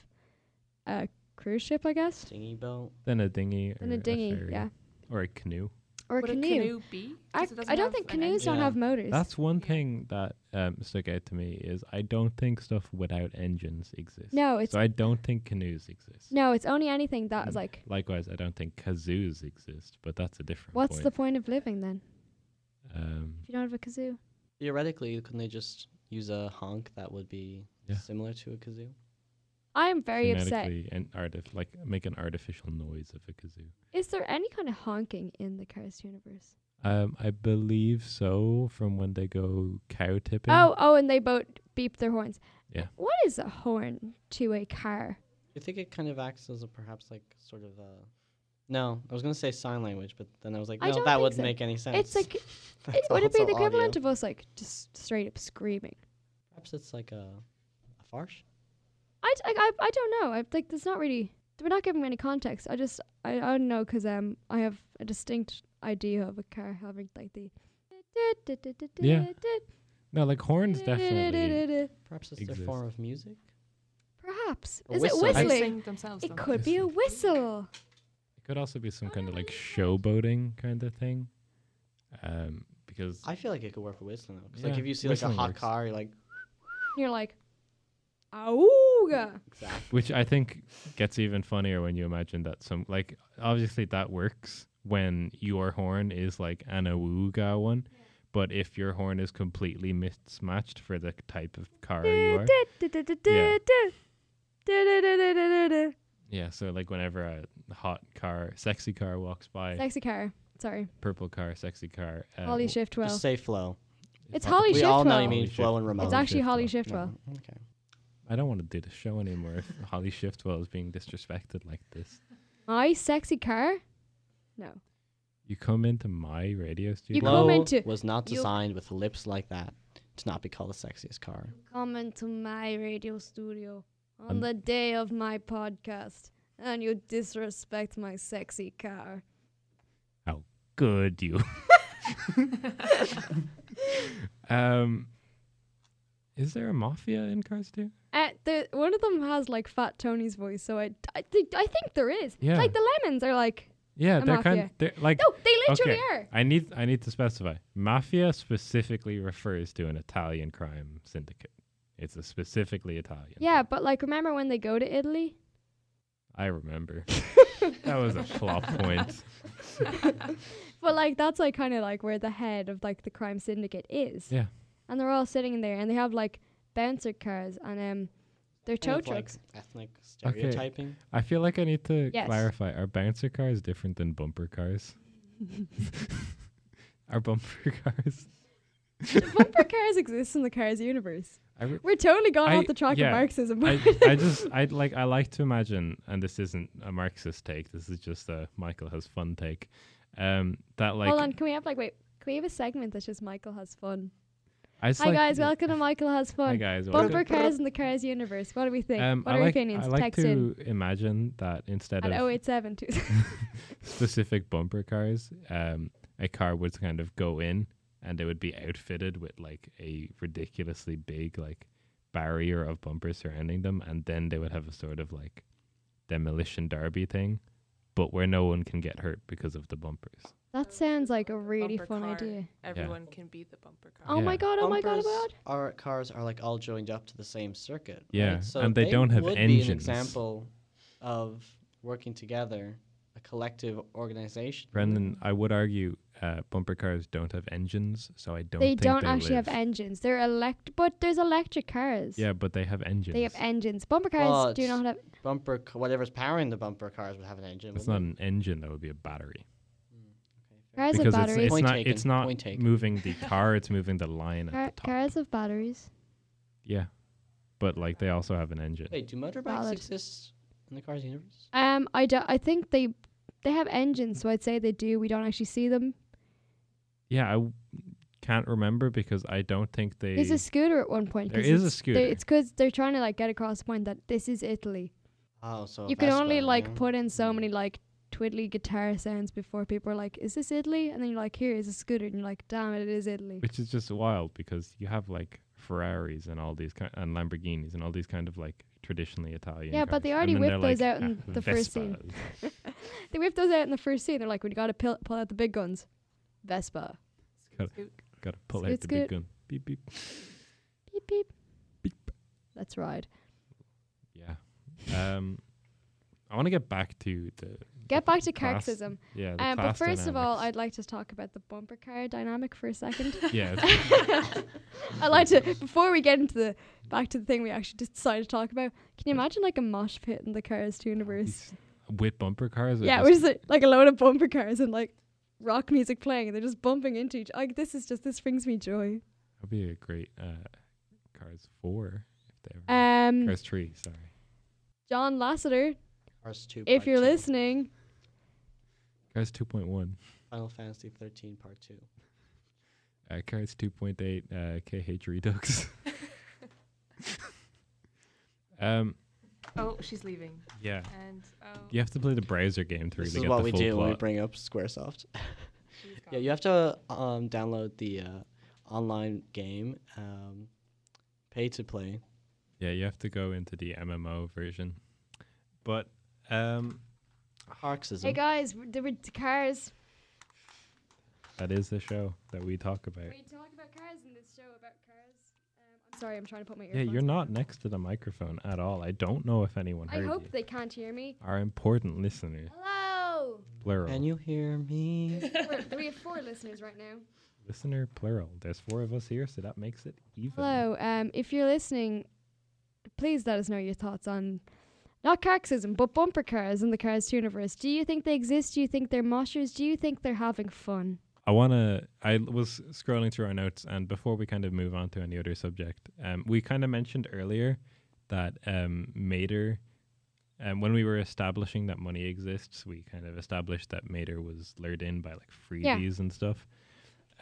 a cruise ship, I guess, Dinghy boat. Then a dinghy. than or a dinghy, ferry, yeah, Or a canoe. or a Would canoe. a canoe be? I, 'Cause it doesn't I don't have think an canoes engine. don't Yeah. have motors. That's one Yeah. thing that um, stuck out to me is I don't think stuff without engines exists. no, it's so I don't think canoes exist. no, it's only anything that is Mm. like. Likewise, I don't think kazoos exist, but that's a different What's the point. point of living then um, if you don't have a kazoo? Theoretically, couldn't they just use a honk that would be Yeah. similar to a kazoo? I'm very upset. genetically and artif- like make an artificial noise of a kazoo. Is there any kind of honking in the Cars universe? Um, I believe so. From when they go cow tipping. Oh, oh, and they both beep their horns. Yeah. What is a horn to a car? You think it kind of acts as a perhaps like sort of a. No, I was gonna say sign language, but then I was like, I no, don't that think wouldn't so. make any sense. It's like That's it, would it be also the equivalent audio. of us like just straight up screaming? Perhaps it's like a, a farce. I, d- like, I, I don't know. I like there's not really we're not giving any context. I just I, I don't know because um I have a distinct idea of a car having like the Yeah. No, like horns definitely. Perhaps it's Exist. their form of music. Perhaps A is whistle. it They whistling? sing themselves. It don't could be a whistle. It could also be some Oh, kind no, of like I showboating kind of thing. Um, because I feel like it could work with whistling though, 'cause, like Yeah, if you see like a whistling hot works. car, you're like You're like, auga. exactly. which I think gets even funnier when you imagine that some like obviously that works when your horn is like an awooga one. But if your horn is completely mismatched for the type of car Oh, you are, yeah. So like whenever a hot car, sexy car walks by, Sexy car. Sorry. purple car, sexy car. um, Holly Shift 12. Just say flow. It's Holly we all know you Shifwell. mean Holy Flo shit. and Ramon. It's actually Holly No, Shiftwell. Okay. I don't want to do the show anymore if Holly Shiftwell is being disrespected like this. My sexy car? No. You come into my radio studio. come Flo into- was not you- designed with lips like that to not be called the sexiest car. Come into my radio studio on Um, the day of my podcast and you disrespect my sexy car. How good you. um, is there a mafia in Cars 2? Uh, the, one of them has like Fat Tony's voice, so I, I, thi- I think there is. It's Yeah. Like the lemons are like, Yeah, A they're kind of mafia. they're like no, they literally are. I need I need to specify. Mafia specifically refers to an Italian crime syndicate. It's a specifically Italian. Yeah, thing. but like remember when they go to Italy? I remember. that was a plot point. But like that's like kind of like where the head of like the crime syndicate is. Yeah. And they're all sitting in there, and they have like bouncer cars and um, they're Kind tow of like trucks. ethnic Okay. stereotyping. I feel like I need to Yes. clarify. Are bouncer cars different than bumper cars? Are bumper cars? Bumper cars exist in the cars universe. I, re- We're totally gone I- off the track yeah, of Marxism. I, I just I like I like to imagine, and this isn't a Marxist take. This is just a Michael has fun take. Um, that like Hold on, can we have like wait? Can we have a segment that's just Michael has fun? I just Hi like- guys, welcome to Michael has Hi fun. guys, welcome. Bumper cars in the cars universe. What do we think? Um, what I are like, your opinions? I like Text in to imagine that instead at of 087 two- specific bumper cars, um, a car would kind of go in and it would be outfitted with like a ridiculously big like barrier of bumpers surrounding them, and then they would have a sort of like demolition derby thing, but where no one can get hurt because of the bumpers. That sounds like a really Bumper fun car. idea. Everyone can be the bumper car. Oh my Yeah. god! Oh my god! Oh Bumpers my god! Are cars are like all joined up to the same circuit. Yeah, right? so and they don't have would Be an engines. example of working together, a collective organization. Brendan, I would argue uh, bumper cars don't have engines, so I don't. They think don't they actually have live. engines. They're elect, but there's electric cars. Yeah, but they have engines. They have engines. Bumper cars Well, do it's- not have. Bumper, c- whatever's powering the bumper cars would have an engine. That's not wouldn't an engine. That would be a battery. Cars have because it's, batteries. it's Point not taken, it's not point taken. moving the car it's moving the line at Car- the top cars have batteries. yeah but like they also have an engine it? Wait, do motorbikes Valid. exist in the cars universe? Um, I do, I think they they have engines, so I'd say they do. We don't actually see them. yeah i w- can't remember because i don't think they There's a scooter at one point. There 'cause is a it's- they- scooter. It's because they're trying to like get across the point that this is Italy. Oh, so you can only Vespa, like yeah. put in so Mm. many like twiddly guitar sounds before people are like, "Is this Italy?" And then you're like, "Here is a scooter," and you're like, "Damn it, it is Italy." which is just wild because you have like ferraris and all these kind and lamborghinis and all these kind of like traditionally italian Yeah, but they cars. already And then whipped they're, those out like, in "Ah, the first scene." Vespas." They whip those out in the first scene. They're like, "We got to pull, pull out the big guns." Vespa. Gotta, gotta pull out Scoot, the big scoot. gun beep beep Beep beep. Beep. Let's ride. yeah um i want to get back to the Get back to Class- Carxism. yeah the Um, but class first of all, dynamics. I'd like to talk about the bumper car dynamic for a second. yeah it's- I'd like to, before we get into the back to the thing we actually just decided to talk about. Can you imagine like a mosh pit in the Cars two universe? it's with bumper cars are yeah, just we're just like, like a load of bumper cars and like rock music playing. and They're just bumping into each. Like this is just this brings me joy. That'd be a great uh, Cars 4 if they ever. Um, cars 3, sorry. John Lasseter, Cars 2 if Part you're 2, listening, Cars 2.1, Final Fantasy 13 Part 2. uh, Cars 2.8, uh, KH Redux. um, Oh, she's leaving. yeah. And oh, You have to play the browser game to This really is get what the we full do when we plot. bring up Squaresoft. she's gone. Yeah, you have to um, download the uh, online game, um, pay to play. yeah, you have to go into the MMO version. But um, Harxism. hey guys, we're- the, the Cars. that is the show that we talk about. We talk about Cars in this show about Cars. Um, I'm sorry, I'm trying to put my Yeah, earphones. you're not next to the microphone at all. I don't know if anyone I heard hope you. they can't hear me. Our important listeners, Hello. plural. Can you hear me? We're- we have four listeners right now. Listener, plural. There's four of us here, so that makes it even. Hello. Um, if you're listening, please let us know your thoughts on not carxism, but bumper cars in the Cars universe. Do you think they exist? Do you think they're moshers? Do you think they're having fun? I want to. I was scrolling through our notes, and before we kind of move on to any other subject, um, we kind of mentioned earlier that um, Mater, um, when we were establishing that money exists, we kind of established that Mater was lured in by like freebies and stuff.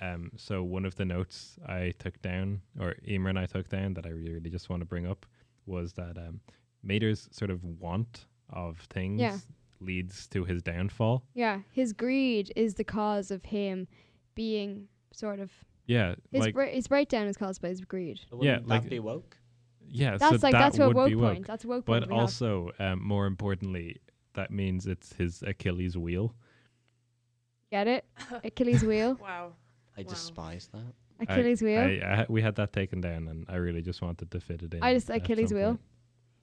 Um, so one of the notes I took down, or Emer and I took down, that I really just want to bring up was that um, Mater's sort of want of things leads to his downfall. Yeah, his greed is the cause of him being sort of Yeah, his like bra- his breakdown is caused by his greed. But wouldn't Yeah, that like- be woke? yeah. That's so like that that's a would woke be point. woke. That's a woke point. But we have. also, um, more importantly, that means it's his Achilles wheel. get it? Achilles wheel. Wow. I Wow. despise that. I- Achilles wheel. I, I, we had that taken down, and I really just wanted to fit it in. I just- at Achilles some wheel. point.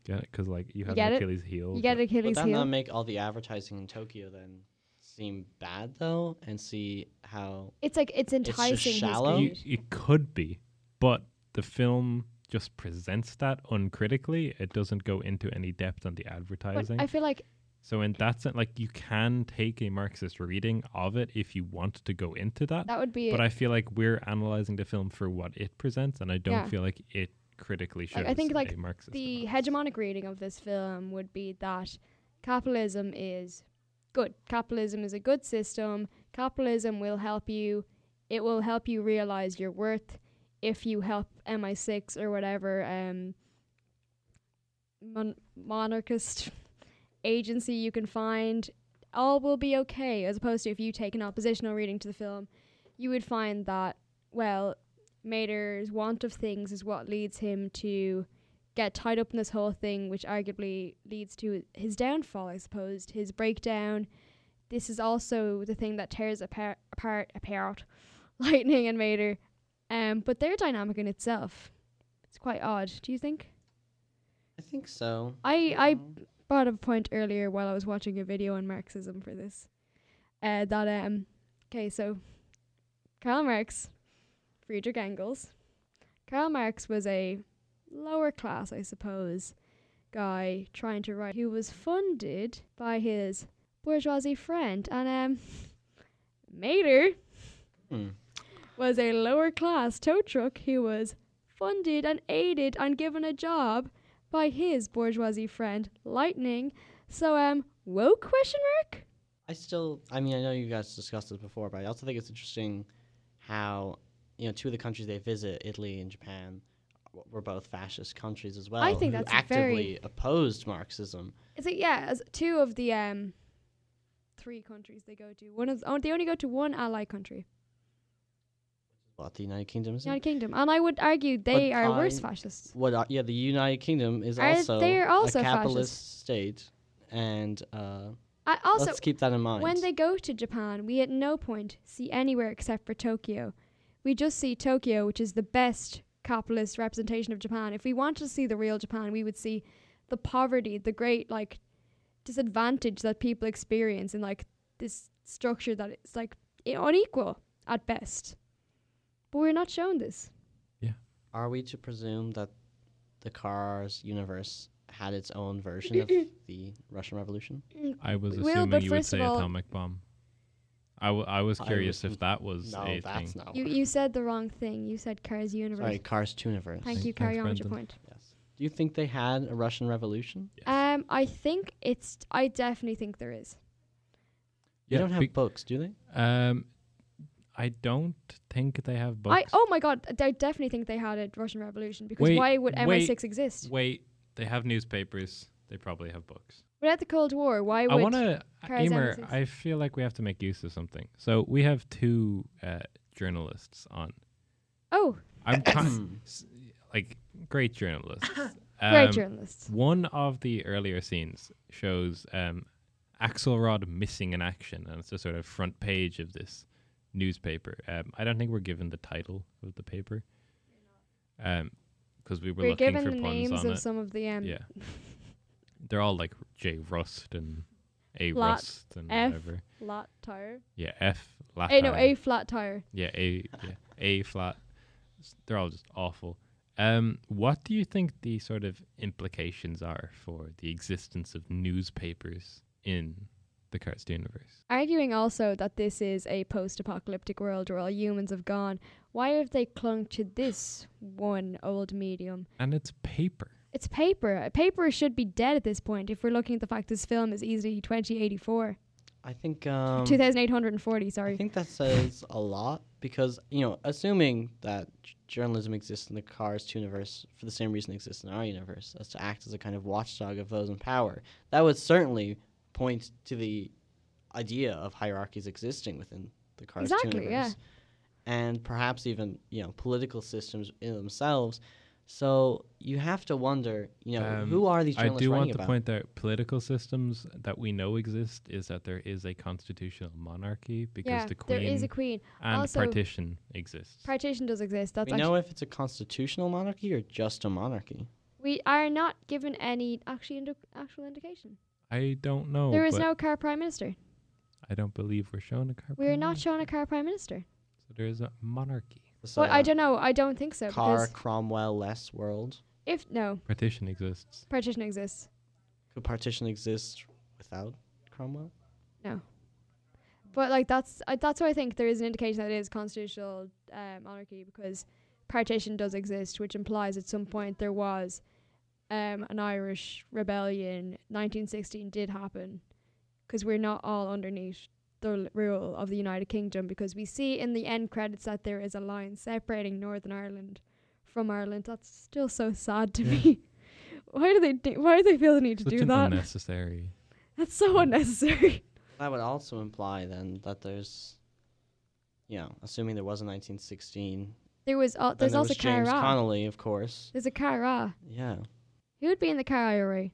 Get it? Because like you have get an it? Achilles heel. you get but- Achilles Would that heel. not make all the advertising in Tokyo then seem bad though? And see how It's like it's just enticing his shallow. You, greed. it could be, but the film just presents that uncritically. It doesn't go into any depth on the But advertising. I feel like so in that sense, like you can take a Marxist reading of it if you want to go into that. that would be but I feel like we're analyzing the film for what it presents, and I don't Yeah. feel like it critically shows. Like, I think, like, a Marxist the analysis. hegemonic reading of this film would be that capitalism is good. Capitalism is a good system. Capitalism will help you. It will help you realize your worth if you help MI6 or whatever um, mon- monarchist agency you can find. All will be okay. As opposed to if you take an oppositional reading to the film, you would find that well, Mater's want of things is what leads him to get tied up in this whole thing, which arguably leads to his downfall, I suppose, his breakdown. This is also the thing that tears apart, apart, apart Lightning and Mater. Um, but their dynamic in itself, it's quite odd. Do you think? I think so. I I Mm. brought up a point earlier while I was watching a video on Marxism for this. Uh, that um, okay, so Karl Marx, Friedrich Engels. Karl Marx was a lower class, I suppose, guy trying to write who was funded by his bourgeoisie friend, and um, Mater Hmm. was a lower class tow truck who was funded and aided and given a job by his bourgeoisie friend Lightning. So um woke question mark? I still, I mean, I know you guys discussed this before, but I also think it's interesting how, you know, two of the countries they visit, Italy and Japan, w- were both fascist countries as well. think who that's a actively very- opposed Marxism. Is it yeah, as two of the um three countries they go to. One of oh, they only go to one ally country, What the United Kingdom is. United Kingdom. And I would argue they But are worse I'm- fascists. What? Are, yeah, the United Kingdom is Are also, they are also a capitalist fascist? state, and uh, I also let's keep that in mind. When they go to Japan, we at no point see anywhere except for Tokyo. We just see Tokyo, which is the best capitalist representation of Japan. If we wanted to see the real Japan, we would see the poverty, the great like disadvantage that people experience in like this structure that it's like i- unequal at best. But we're not shown this. Are we to presume that the Cars universe had its own version of the Russian Revolution? I was Will, assuming but you would first of say all- atomic bomb. I, w- I was I curious was- if that was no, a that's thing. not. You what- you said the wrong thing. You said Cars Universe. Sorry, Cars Tuniverse. Thank you. Thanks, Carry on with your Brendan. point. Yes. Do you think they had a Russian Revolution? Um, I think it's. I definitely think there is. They Yeah, don't have be- books, do they? Uh, um, I don't think they have books. I oh my god, I definitely think they had a Russian Revolution because Wait, why would MI6 wait. exist? Wait, they have newspapers. They probably have books. Without the Cold War, why I would want to, Kai's Emer, analysis? I feel like we have to make use of something. So we have two uh, journalists on. Oh, I'm con- s- like great journalists. great Um, journalists. One of the earlier scenes shows um, Axelrod missing in action, and it's the sort of front page of this newspaper. Um, I don't think we're given the title of the paper because we were, We're looking given for the puns names on of it. some of the um Yeah, they're all like J Rust and A Lot, Rust and F. whatever. flat tire. Yeah, F. Lat. Hey, no, A flat tire. Yeah, A yeah, A flat. S- They're all just awful. Um, what do you think the sort of implications are for the existence of newspapers in the cartoon universe. Arguing also that this is a post apocalyptic world where all humans have gone, why have they clung to this one old medium? And it's paper. It's paper. Paper should be dead at this point if we're looking at the fact this film is easily 2084. I think um, 2840, I sorry. think that says a lot because you know, assuming that j- journalism exists in the Cars universe for the same reason it exists in our universe, as to act as a kind of watchdog of those in power, that would certainly point to the idea of hierarchies existing within the Cars Exactly, universe, yeah. and perhaps even you know political systems in themselves. So you have to wonder, you know, Um, who are these I journalists do writing want to about? point out political systems that we know exist is that there is a constitutional monarchy because yeah, the queen there is a queen. and also- partition exists. Partition does exist. That's we know if it's a constitutional monarchy or just a monarchy. We are not given any actually indi- actual indication. I don't Oh, know. there is but no car prime minister. I don't believe we're shown a car. We are not monarchy, shown a car prime minister. So there is a monarchy. So Well, I don't know. I don't think so. Car Because Cromwell less world. if no Partition exists. partition exists, Could partition exist without Cromwell? but like that's I that's why I think there is an indication that it is constitutional uh, monarchy because partition does exist, which implies at some point there was um, an Irish rebellion. 1916 did happen because we're not all underneath the l- rule of the United Kingdom because we see in the end credits that there is a line separating Northern Ireland from Ireland. That's still so sad to Yeah. me. Why do they do, why do they feel the need to Such do an that? unnecessary. That's so unnecessary. That would also imply then that there's, you know, assuming there was a 1916. There was al- then there's there also was James Cara. Connolly, of course. There's a Cara. Yeah, Who would be in the car IRA?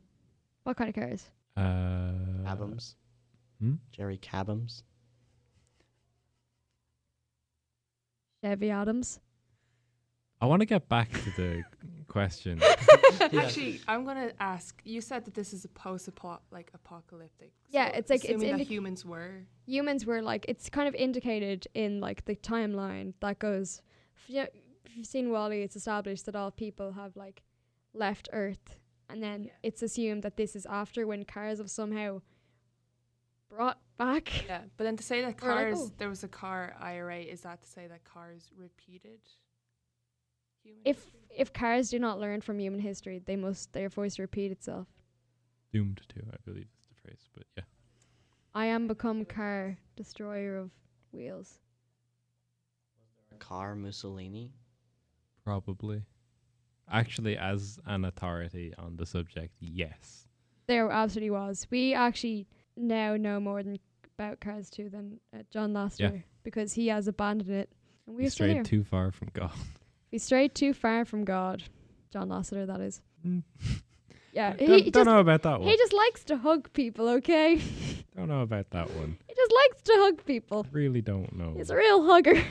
What kind of cars? Uh, Cabums. hmm? Jerry Cabums. Chevy Adams. I want to get back to the question. Yeah. Actually, I'm gonna ask. You said that this is a post-apo- like apocalyptic. Yeah, it's like- it's assuming that indic- humans were. Humans were like it's kind of indicated in like the timeline that goes. If, you if you've seen Wally, it's established that all people have like left Earth, and then Yeah. it's assumed that this is after when cars have somehow brought back. Yeah, but then to say Or that like, cars oh. there was a car IRA is that to say that cars repeated human If history? if cars do not learn from human history, they must their voice repeat itself. Doomed to, I believe is the phrase. But yeah. I am become car destroyer of wheels. Car Mussolini. Probably. Actually, as an authority on the subject, yes. There absolutely was. We actually now know more than about Cars 2 than uh, John Lasseter Yeah. because he has abandoned it. And We we're still strayed here. too far from God. we strayed too far from God. John Lasseter, that is. Mm. Yeah. don't He, don't just, know about that one. he just likes to hug people, okay? he don't know about that one. just likes to hug people. Really don't know. He's a real hugger.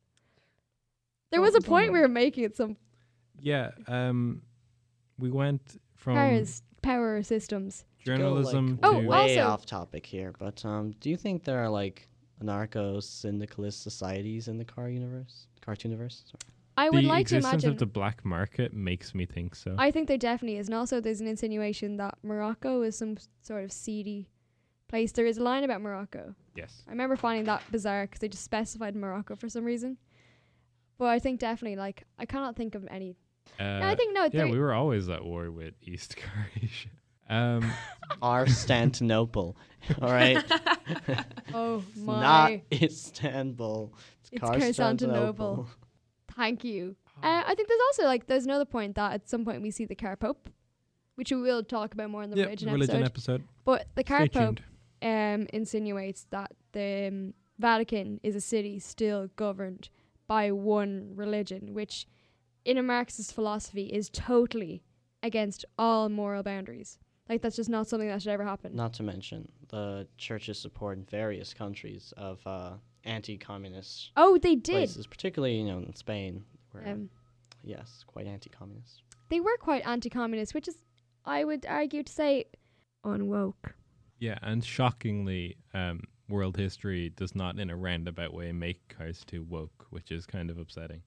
there was a Well, point we well. were making at some Yeah. Um, we went from Cars power systems. To go, like, journalism Oh, to wow. way also- off topic here, but um, do you think there are like anarcho syndicalist societies in the Car universe? Cartoon universe? Sorry. I the would like to existence imagine. of the black market makes me think so. I think there definitely is. And also, there's an insinuation that Morocco is some s- sort of seedy place. There is a line about Morocco. yes. I remember finding that bizarre because they just specified Morocco for some reason. But I think definitely, like, I cannot think of any. Uh, no, I think, no, yeah, there, we were always at war with East Croatia. Um, Constantinople. All right. oh It's not my. Istanbul. It's, It's Constantinople. Constantinople. Thank you. Uh, I think there's also, like, there's another point that at some point we see the car pope, which we will talk about more in the yeah, religion, religion episode. episode. but the car Stay pope tuned. um, insinuates that the um, Vatican is a city still governed by one religion, which in a Marxist philosophy is totally against all moral boundaries. Like, that's just not something that should ever happen. Not to mention the church's support in various countries of uh, anti-communist Oh, they did. places, particularly you know in Spain, where Um, yes, quite anti-communist. they were quite anti communist, which is, I would argue, to say, unwoke. Yeah, and shockingly, um, world history does not, in a roundabout way, make cars too woke, which is kind of upsetting.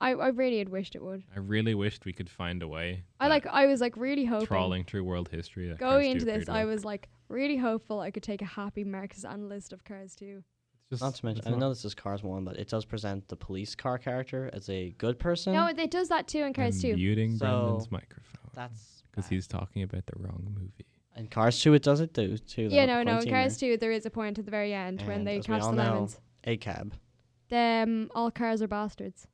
I, I really had wished it would. I really wished we could find a way. I that like. I was like really hoping trawling through world history. that cars going do into appear this. to I woke. was like, Really hopeful I could take a happy Marxist analyst of Cars 2. Just, Not to mention, it's I not- know this is Cars 1, but it does present the police car character as a good person. No, it, it does that too in Cars I'm 2. Muting Brendan's So- microphone That's because bad. he's talking about the wrong movie. In Cars 2, it does it too. too Yeah, no, though, no. In pointing Cars there. 2, there is a point at the very end when And they as we catch the all know- lemons. A cab. Them, all cars are bastards.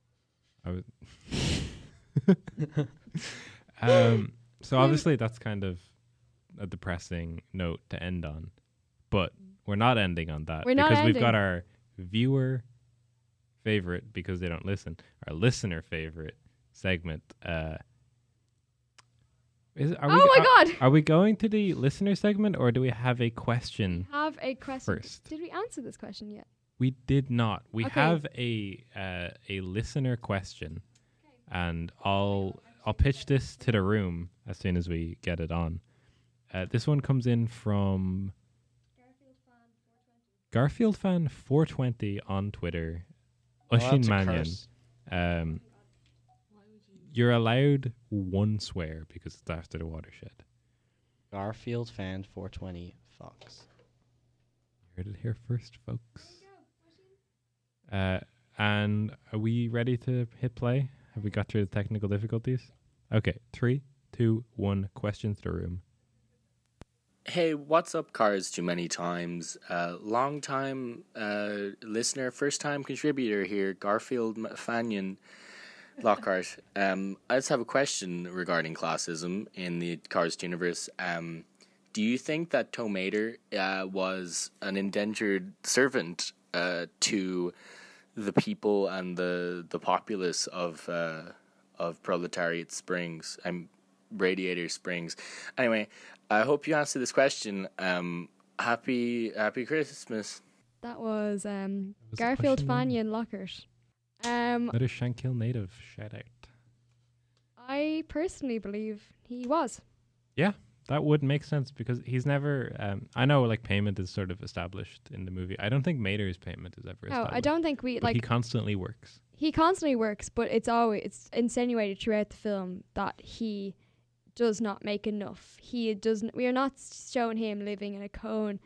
I was. um, so obviously that's kind of a depressing note to end on, but we're not ending on that We're not because we've got ending. our viewer favorite because they don't listen, our listener favorite segment. Uh, is are we, oh my are- god! Are we going to the listener segment or do we have a question? Have a question. First. Did we answer this question yet? We did not. We Okay. have a uh, a listener question, and I'll I'll pitch this to the room as soon as we get it on. Uh, this one comes in from Garfield fan four twenty on Twitter, Well, Ushin Oh, that's a Mannion. curse. Um, you're allowed one swear because it's after the watershed. Garfield fan 420 Fox. You heard it here first, folks. Uh, and are we ready to hit play? Have we got through the technical difficulties? Okay, three, two, one. Question to the room. Hey, what's up, Cars Too Many Times? Uh, long time uh, listener, first time contributor here, Garfield Fanyon Lockhart. Um, I just have a question regarding classism in the Cars universe. Um, do you think that Tomater uh, was an indentured servant uh, to the people and the, the populace of, uh, of Proletariat Springs? I'm Radiator Springs. Anyway, I hope you answer this question. Um, happy Happy Christmas. That was, um, was the Garfield question then? Fanyan Lockhart. Um, Another Shankill native shout out. I personally believe he was. Yeah, that would make sense because he's never. Um, I know like payment is sort of established in the movie. I don't think Mater's payment is ever. No, established, I don't think we But like. he constantly works. he constantly works, but it's always it's insinuated throughout the film that he does not make enough. He doesn't. We are not showing him living in a cone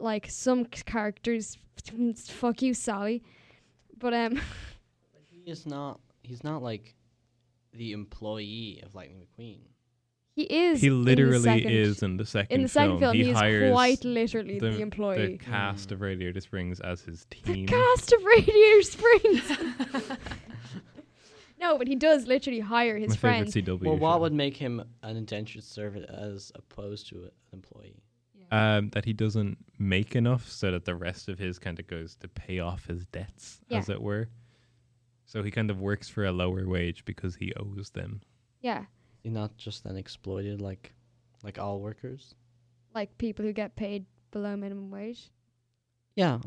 like some c- characters. Fuck you, Sally. But um, He is not, he's not like the employee of Lightning McQueen. he is. He in the literally second- is in the second. In the second film, he, he, is hires quite literally the, the employee. Mm. cast of Radiator Springs as his The team. cast of Radiator Springs. no, but he does literally hire his My friends. favorite CW. Well, show. what would make him an indentured servant as opposed to a- an employee? um, that he doesn't make enough so that the rest of his kind of goes to pay off his debts, Yeah. as it were. So he kind of works for a lower wage because he owes them. Yeah, Is he not just then exploited like, like all workers? like people who get paid below minimum wage. Yeah,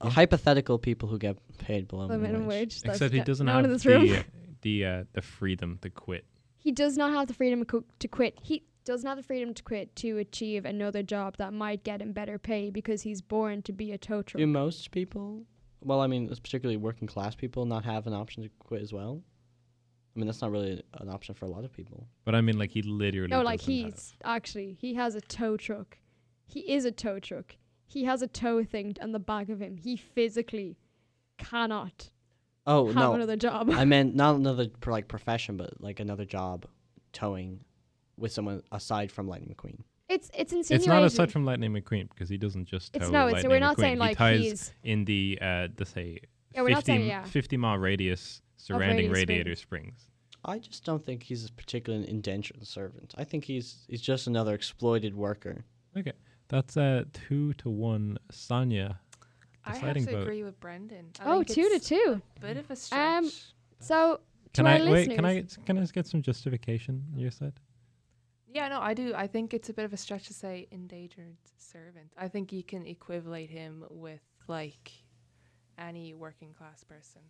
uh, hypothetical people who get paid below Below minimum wage. that's Except he no- doesn't no one have in this room. the the, uh, the freedom to quit. he does not have the freedom co- to quit. He does not have the freedom to quit to achieve another job that might get him better pay because he's born to be a tow truck. Do most people, well, I mean, it's particularly working class people, not have an option to quit as well? I mean, that's not really an option for a lot of people. But I mean, like he literally. no, like doesn't have- he's actually he has a tow truck. He is a tow truck. He has a tow thing on the back of him. He physically cannot Oh have no, another job. I meant not another pro- like profession, but like another job, towing, with someone aside from Lightning McQueen. it's it's insinuated. It's not aside from Lightning McQueen because he doesn't just. It's tow no, it's- Lightning we're not McQueen. saying, he like, ties he's- in the uh, the say Yeah, we're 50, not saying, yeah. 50 mile radius surrounding Radiator Springs. Radiator Springs. I just don't think he's a particular indentured servant. I think he's he's just another exploited worker. Okay, that's uh, two to one. Sonya I have Deciding to vote. agree with Brendan. I oh, think two to it's two. A bit of a stretch. Um, So Can to I our wait? Can I listeners- get- can I just get some justification on your side? yeah, no, I do. I think it's a bit of a stretch to say endangered servant. I think you can equivalate him with like any working class person.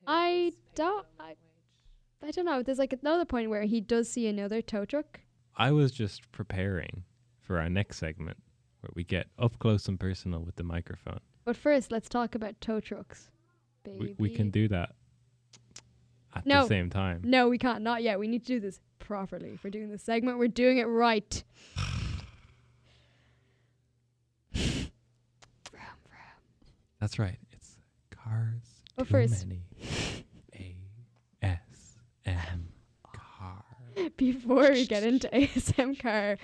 who I is paid don't- below I- minimum wage. I don't know. There's like another point where he does see another tow truck. I was just preparing for our next segment where we get up close and personal with the microphone. But first, let's talk about tow trucks. We, we can baby. do that at the No. same time. No, we can't. Not yet. We need to do this properly. If we're doing this segment, we're doing it right. That's right. It's cars. But too Oh, first- many. A S M car. Before we get into ASM car,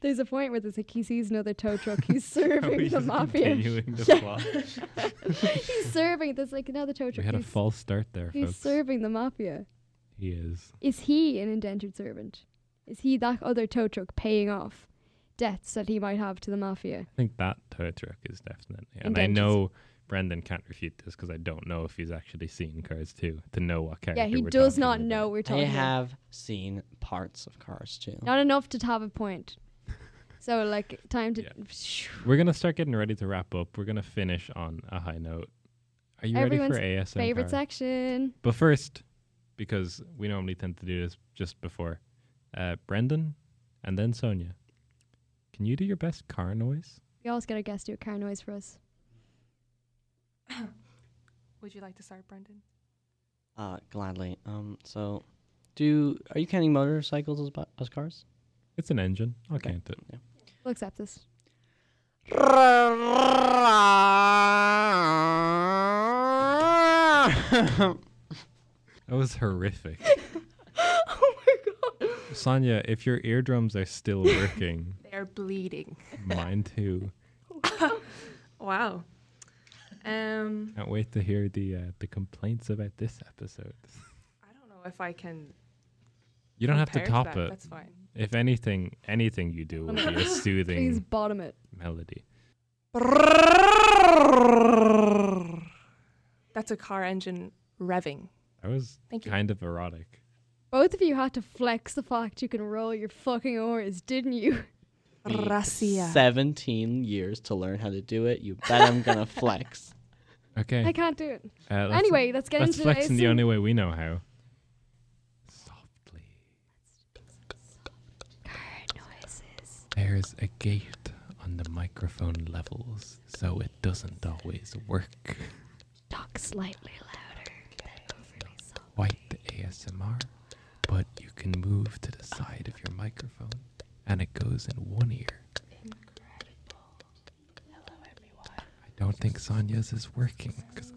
there's a point where there's like he sees another tow truck. He's Are we serving the just mafia. continuing the Yeah. plot? He's serving. There's like another tow We truck. had a he's, false start there, he's folks. serving the mafia. he is. Is he an indentured servant? Is he that other tow truck paying off debts that he might have to the mafia? I think that tow truck is definitely. And I Indentures. know Brendan can't refute this because I don't know if he's actually seen Cars 2 to know what character. yeah, he we're does talking not about. know we're I talking. about. have seen parts of Cars too. Not enough to have a point. so like time to. Yeah. We're gonna start getting ready to wrap up. We're gonna finish on a high note. Are you Everyone's ready for ASM? Favorite Car? section. But first, because we normally tend to do this just before, uh, Brendan and then Sonia. Can you do your best car noise? We always get our guest do a car noise for us. Would you like to start, Brendan? Uh, gladly. Um, so, do are you counting motorcycles as, bu- as cars? It's an engine. I'll Okay. count it. We'll accept this. That was horrific. oh my god. Sonia, if your eardrums are still working, They are bleeding. mine too. Wow. Um, Can't wait to hear the uh, the complaints about this episode. I don't know if I can. You don't have to compare top that. it. That's fine. If anything, anything you do will be a Please soothing bottom it. melody. That's a car engine revving. That was Thank you. kind of erotic. Both of you had to flex the fact you can roll your fucking oars, didn't you? Me, Gracia. Seventeen years to learn how to do it. You bet I'm gonna flex. Okay. I can't do it. Uh, let's- Anyway, let's get That's into flexing the ASM. only way we know how. Softly. Car noises. There's a gate on the microphone levels, so it doesn't always work. Talk slightly louder. Then go really soft. White ASMR, but you can move to the side of your microphone, and it goes in one ear. I don't think Sonia's is working because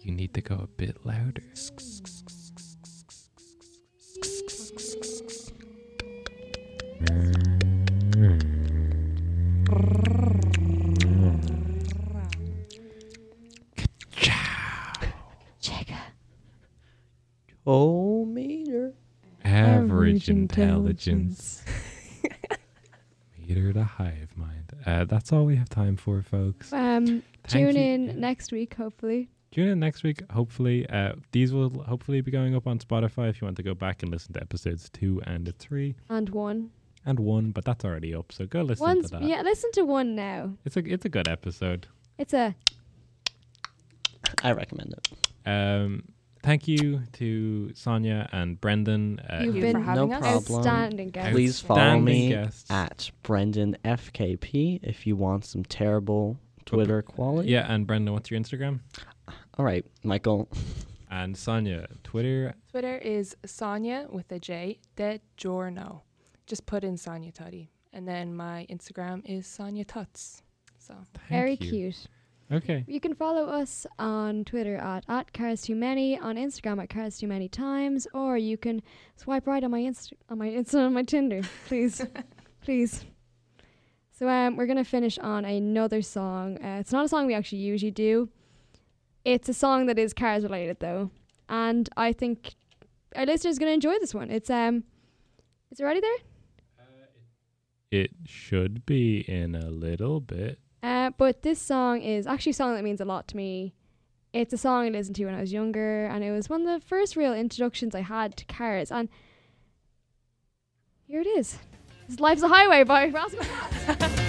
you need to go a bit louder. Oh, meter. Average intelligence. Meter to hive mind. Uh, that's all we have time for, folks. Um, Thank tune you. in Yeah. next week, hopefully. Tune in next week. Hopefully, uh, these will hopefully be going up on Spotify if you want to go back and listen to episodes two and three And one. and one, but that's already up. So go listen One's, to that. yeah, listen to one now. It's a it's a good episode. It's a I recommend it. Um, thank you to Sonia and Brendan. Uh, You've Thank you been for having No us. problem. outstanding guest. Please follow outstanding me guests. At Brendan FKP if you want some terrible Twitter quality. Yeah, and Brendan, what's your Instagram? All right, Michael. And Sonia, Twitter. Twitter is Sonia with a J, De Giorno. Just put in Sonia Tutty. And then my Instagram is Sonia Tuts. So Thank Very you. cute. Okay. You can follow us on Twitter at, at Cars Too Many, on Instagram at Cars Too Many Times, or you can swipe right on my Insta on my Insta on my Tinder, please, please. So um, we're gonna finish on another song. Uh, it's not a song we actually usually do. It's a song that is cars related though, and I think our listeners are gonna enjoy this one. It's um, is it already there? It should be in a little bit. Uh, but this song is actually a song that means a lot to me. It's a song I listened to when I was younger, and it was one of the first real introductions I had to cars. And here it is. It's Life's a Highway by Rascal Flatts.